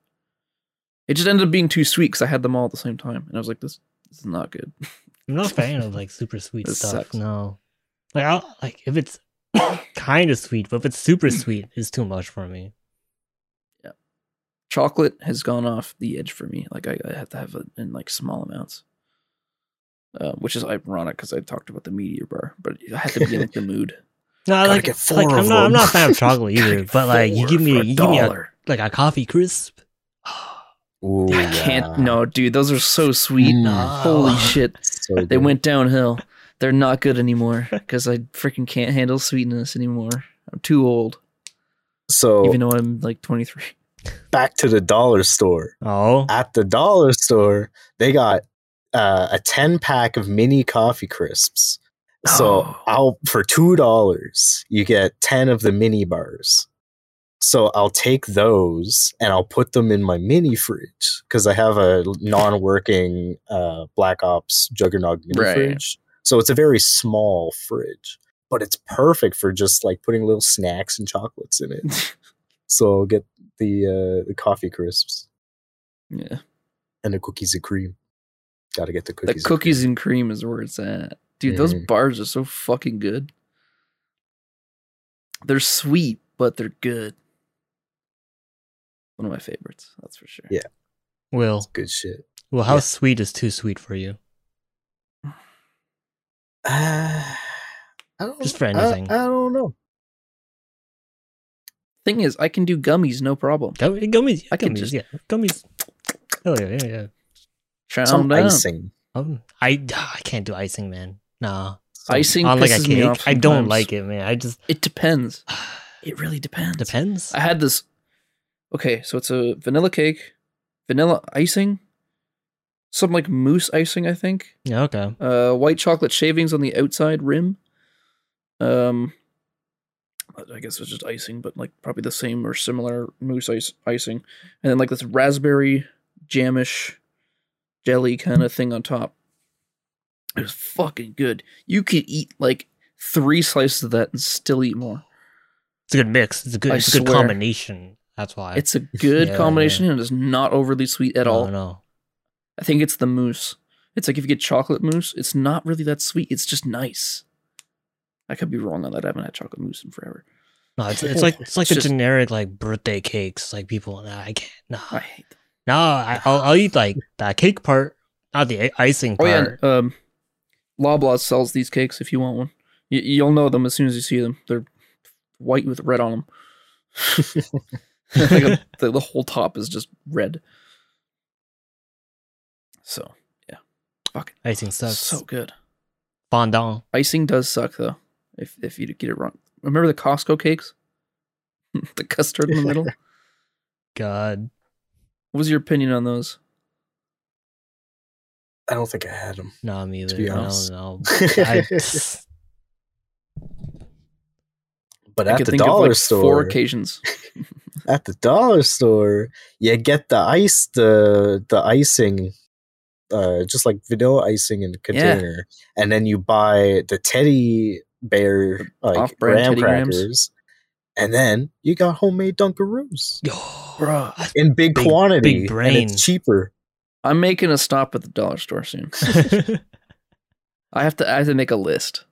It just ended up being too sweet because I had them all at the same time, and I was like, "This, this is not good."
I'm not a fan of like super sweet
This
stuff.
sucks.
No, like I will like if it's [COUGHS] kind of sweet, but if it's super sweet, it's too much for me.
Chocolate has gone off the edge for me. Like I, I have to have it in like small amounts, uh, which is ironic because I talked about the meteor bar, but I had to be in like
[LAUGHS]
the mood.
No, I
Gotta
like,
get
it's like
four
I'm
of
not I'm not a fan of
them.
chocolate either.
Like
but like you
four
give me
for a
you give me a, [LAUGHS]
dollar.
like a coffee crisp. [GASPS]
Ooh,
[LAUGHS]
I can't. No, dude, those are so sweet.
Mm.
[LAUGHS]
Holy shit,
So
they
good.
went downhill. They're not good anymore because I freaking can't handle sweetness anymore. I'm too old,
So
even though I'm like 23.
back to the dollar store.
Oh,
At the dollar store, they got uh, a 10 pack of mini coffee crisps. So
Oh.
I'll for two dollars, you get 10 of the mini bars. So I'll take those and I'll put them in my mini fridge because I have a non-working uh, Black Ops Juggernaut mini
Right.
fridge. So it's a very small fridge, but it's perfect for just like putting little snacks and chocolates in it. So I'll get the uh, the coffee crisps
[LAUGHS] yeah,
and the cookies and cream. Gotta get the
the
cookies. and
cookies and cream is where it's at, dude. Those
Mhm.
bars are so fucking good. They're sweet, but they're good. One of my favorites, that's for sure.
Yeah.
Will,
cream. good shit.
Will, how
Yeah.
sweet is too sweet for you?
Uh, [SIGHS] I don't,
Just for
I-
anything.
I, don't know.
Thing is, I can do gummies no problem.
Gum- Gummies,
I
I
can
gummies,
just-
yeah, gummies. Oh yeah, yeah, yeah.
Chow
Some
down.
icing.
Um, I I can't do icing, man. Nah,
Some-
Icing
on like a
pisses me
cake,
off.
I don't
sometimes.
like it, man. I
[SIGHS]
just
It depends. It really depends.
depends.
I had this. Okay, so it's a vanilla cake, vanilla icing, some like mousse icing, I think.
Yeah, okay.
Uh, white chocolate shavings on the outside rim. Um, I guess it's just icing, but like probably the same or similar mousse ice icing, and then like this raspberry jamish jelly kind of thing on top. It was fucking good. You could eat like three slices of that and still eat more.
It's a good mix. It's a good.
I
It's a good
swear.
combination. That's why.
It's a good
Yeah,
combination and it's not overly sweet at all.
No, no.
I think it's the mousse. It's like if you get chocolate mousse, it's not really that sweet. It's just nice. I could be wrong on that. I haven't had chocolate mousse in forever.
No,
[LAUGHS]
it's, it's like it's like
It's
the
just-
generic like birthday cakes. Like people, nah, I can't. Nah,
I hate that.
nah. I, I'll, I'll eat like that cake part, not the i- icing
Oh
part.
yeah, and, um, Loblaw sells these cakes if you want one. You, you'll know them as soon as you see them. They're white with red on them. [LAUGHS] like a, the, the whole top is just red. So yeah, fuck,
icing
it.
sucks.
so good.
fondant.
Icing does suck though. If if you get it wrong, remember the Costco cakes, [LAUGHS] the custard in the middle. what
God,
was your opinion on those?
I don't think I had them.
no, me either.
be
No,
honest.
[LAUGHS]
no.
[LAUGHS]
I,
But
I
at
could
the
think of
dollar
like four
store, [LAUGHS]
occasions.
at the dollar store, you get the ice, the the icing, uh, just like vanilla icing in a container, and then you buy the teddy bear like
off-brand
graham
Teddy Grahams.
crackers, and then you got homemade Dunkaroos
Yo,
Bruh.
in big,
Big-
quantity,
big
and
brain.
it's cheaper.
I'm making a stop at the dollar store
[LAUGHS]
soon. I have to I have to make a list.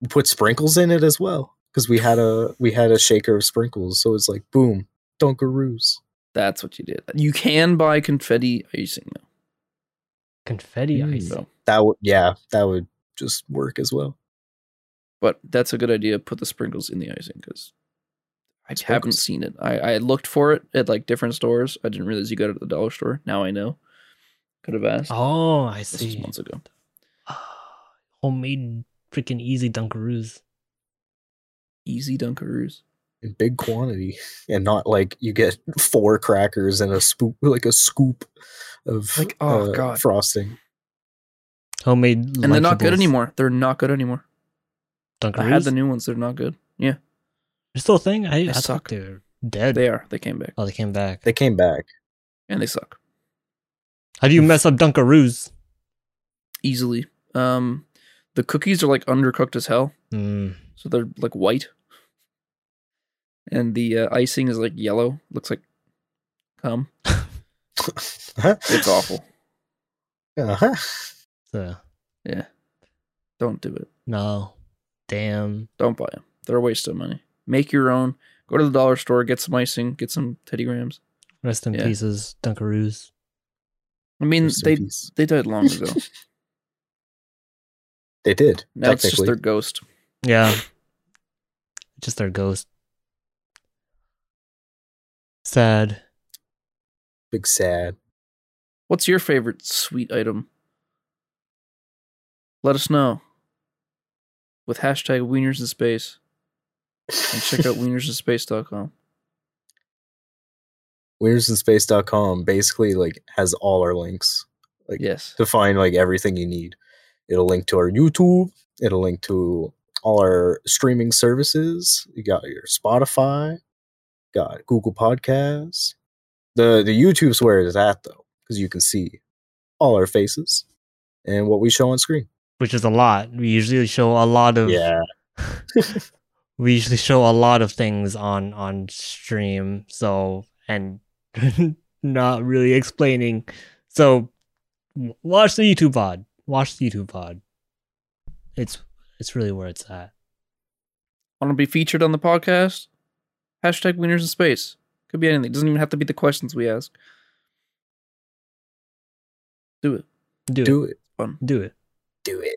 You put sprinkles in it as well because we had a we had a shaker of sprinkles, so it's like boom, Dunkaroos.
That's what you did. You can buy confetti icing though.
[LAUGHS] confetti
Mm.
icing.
So,
That would yeah, that would just work as well.
but that's a good idea. Put the sprinkles in the icing because I haven't
Sprinkles.
seen it. I, I looked for it at like different stores. I didn't realize you got it at the dollar store. Now I know. Could have asked.
Oh, I
this was
see. Ah,
months ago.
Homemade, freaking easy Dunkaroos.
Easy Dunkaroos.
in big quantity and not like you get four crackers and a spoop like a scoop of uh,
Like, oh, God.
frosting.
Homemade,
And they're not good
Lunchables
anymore. They're not good anymore.
Dunkaroos.
I had the new ones. They're not good. Yeah,
They're still a thing. I, I
suck.
thought they were dead.
they are. They came back
oh, they came back.
They came back. [LAUGHS]
and they suck
How do you mess up Dunkaroos?
easily. Um, the cookies are like undercooked as hell.
Mm.
so they're like white and the uh, icing is like yellow looks like cum
[SIGHS]
it's awful
Uh-huh.
So,
don't do it
no, damn.
don't buy them they're a waste of money make your own go to the dollar store get some icing get some teddy grams
Rest in
Yeah.
pieces, Dunkaroos.
i mean
Rest in
they
peace. [LAUGHS]
they died long ago
They did.
now it's just
technically.
their ghost
Yeah, [LAUGHS] just their ghost. Sad.
big sad.
what's your favorite sweet item let us know with hashtag wieners in space and
[LAUGHS]
check out wienersinspace.com
Weirdsinspace.com basically like has all our links Like-
yes
to find like everything you need. It'll link to our YouTube, it'll link to all our streaming services. You got your Spotify, got Google Podcasts. The the YouTube's where it's at though, because you can see all our faces and what we show on screen.
Which is a lot. We usually show a lot of.
Yeah.
we usually show a lot of things on on stream so and [LAUGHS] not really explaining so w- watch the youtube pod watch the youtube pod it's it's really where it's at
want to be featured on the podcast? Hashtag wieners in space. Could be anything. Doesn't even have to be the questions we ask. Do it.
do,
Do it.
Fun.
it do it
Do it.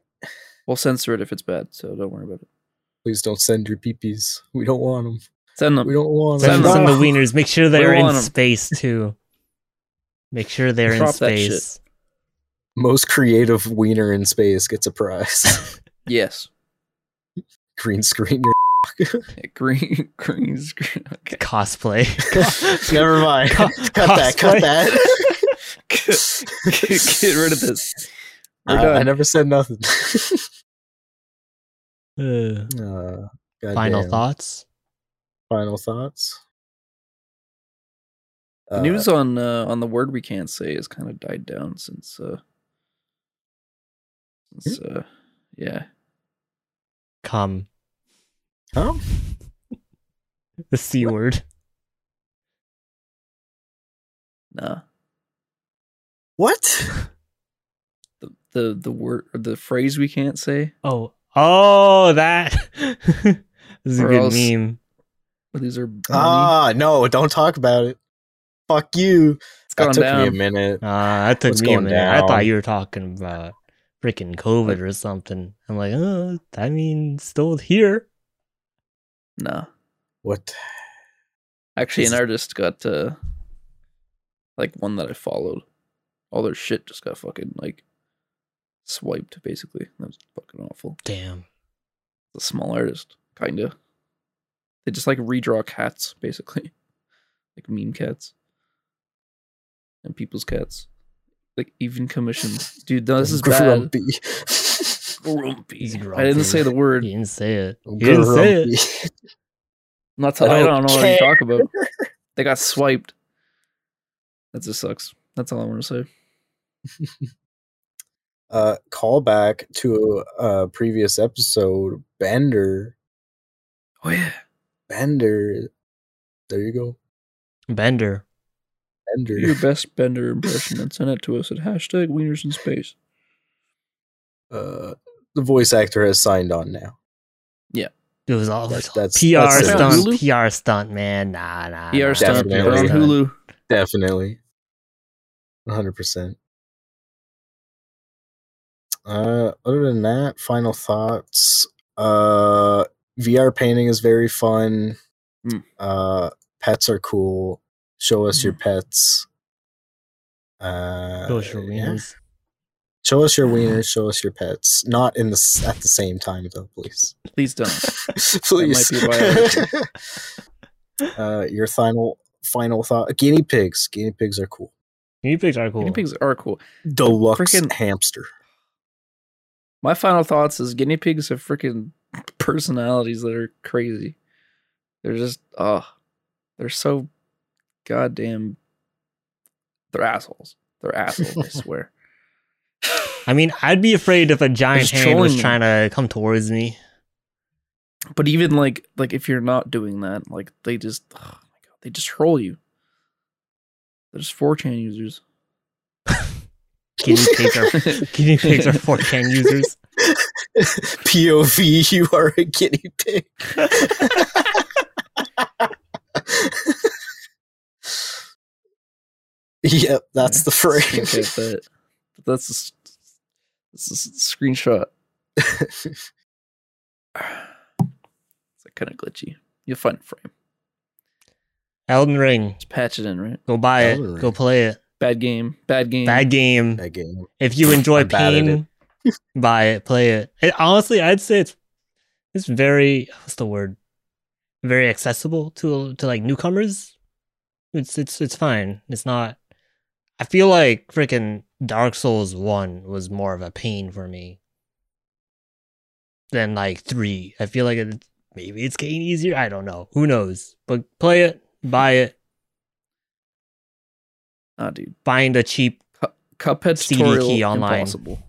We'll censor it if it's bad, so don't worry about it.
Please don't send your peepees. We don't want them.
Send them.
We don't want Ah. them.
send
Send
us in the
them.
wieners make sure they're
We're
in
on 'em.
space too make sure they're in
Drop that shit.
space
Most creative wiener in space gets a prize. [LAUGHS]
Yes.
Green screen
[LAUGHS]
your
Yeah, green, [LAUGHS] green screen.
[LAUGHS]
Okay.
cosplay
Never
[LAUGHS]
mind.
Co-
[LAUGHS] cut that.
cosplay.
Cut that. [LAUGHS]
Get, [LAUGHS] get rid of this. We're
Uh,
done.
I never said
[LAUGHS]
nothing.
Uh,
uh,
final
goddamn.
thoughts
Final thoughts. Uh,
The News on uh, on the word we can't say has kind of died down since uh, It's,
Hmm?
uh, yeah.
Come.
Huh?
The C word.
Nah. [LAUGHS]
What?
The the the word or the phrase we can't say.
Oh. Oh, that. [LAUGHS] this is a
Or
good
else-
meme.
But these are money.
Ah, no, don't talk about it. Fuck you.
it's
That
gone
took me a
down.
minute.
Ah, that took
What's
me a
going
minute. I
down?
thought you were talking about freaking COVID or something. I'm like, oh, I mean, still here.
Nah.
What?
Actually, an
This is-
artist got uh, like one that I followed. All their shit just got fucking like swiped. Basically, that was fucking awful.
Damn.
It's a small artist, kinda. They just like redraw cats, [LAUGHS] basically, like meme cats and people's cats, like even commissions. Dude, no, this is bad.
grumpy. [LAUGHS]
Grumpy.
He's
I didn't
grumpy.
say the
You
word.
didn't say it. You didn't say it.
I'm not t- I
I
don't,
don't
know what
care.
you talk about. They got swiped. That just sucks. That's all I want to say.
[LAUGHS] uh, callback to a previous episode. Bender,
Oh yeah.
Bender. There you go,
Bender.
Bender.
[LAUGHS] Your best Bender impression and send it to us at hashtag Wieners in Space.
Uh, the voice actor has signed on now.
It was all [LAUGHS]
That-
it was all
that's-
PR
that's
it.
stunt.
Hulu?
PR stunt, man. Nah, nah.
PR
nah.
stunt
Definitely.
they're on Hulu.
Definitely, one hundred percent. Uh, other than that, final thoughts. Uh, VR painting is very fun.
Mm.
Uh, pets are cool. Show us
Mm.
your pets. Uh,
Those are
yeah.
wieners.
Show
[LAUGHS]
us your wieners. Show us your pets. Not in the s- at the same time though, please.
Please [LAUGHS] don't.
please.
be a violation.
uh, your final final thought: guinea pigs. Guinea pigs are cool.
Guinea pigs are cool.
Guinea pigs are cool.
Deluxe
Frickin-
hamster. [LAUGHS]
My final thoughts is guinea pigs have freaking personalities that are crazy. They're just oh, they're so goddamn. They're assholes. They're assholes. I swear.
I mean, I'd be afraid if a giant
It's
hand was
trolling
trying to come towards me.
But even like like if you're not doing that, like they just oh my god, they just troll you. They're just 4chan users.
Guinea pigs are [LAUGHS] guinea pigs are 4chan users.
POV, you are a guinea pig. [LAUGHS] yep, that's the
[LAUGHS] Screenshot
phrase.
that. That's a, s- that's a s- screenshot. [SIGHS] It's kind of glitchy. You'll find a frame.
Elden Ring,
Just patch it in, right?
go buy it,
Elden Ring.
go play it.
Bad game. Bad game.
Bad game.
[LAUGHS] that game. [LAUGHS]
If you enjoy
I'm bad at
pain, [LAUGHS] buy it, play it. it. Honestly, I'd say it's it's very what's the word? Very accessible to to like newcomers. It's it's it's fine. It's not. I feel like freaking Dark Souls one was more of a pain for me than like three. I feel like it, maybe it's getting easier. I don't know. Who knows? But play it, buy it,
Ah, dude.
find a cheap
Cuphead
CD
tutorial
key online.
impossible.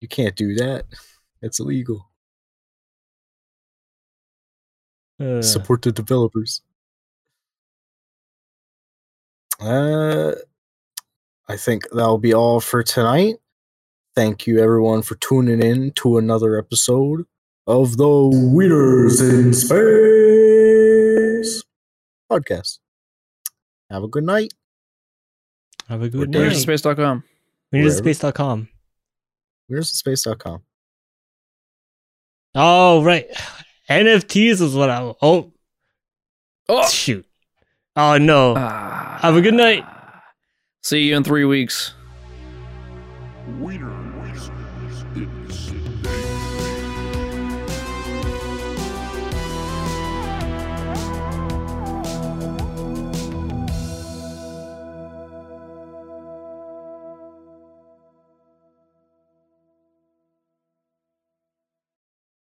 You can't do that. It's illegal.
uh,
Support the developers. Uh, I think that'll be all for tonight. Thank you, everyone, for tuning in to another episode of the Wieners in Space podcast. Have a good night.
Have a good
We're
night.
doing
Space.com.
We need
Wherever.
space.com.
Wienersinspace.com.
Oh right, NFTs is what I. Oh
Oh!
shoot! Oh no!
Ah.
Have a good night.
See you in three weeks.
Wieners in space.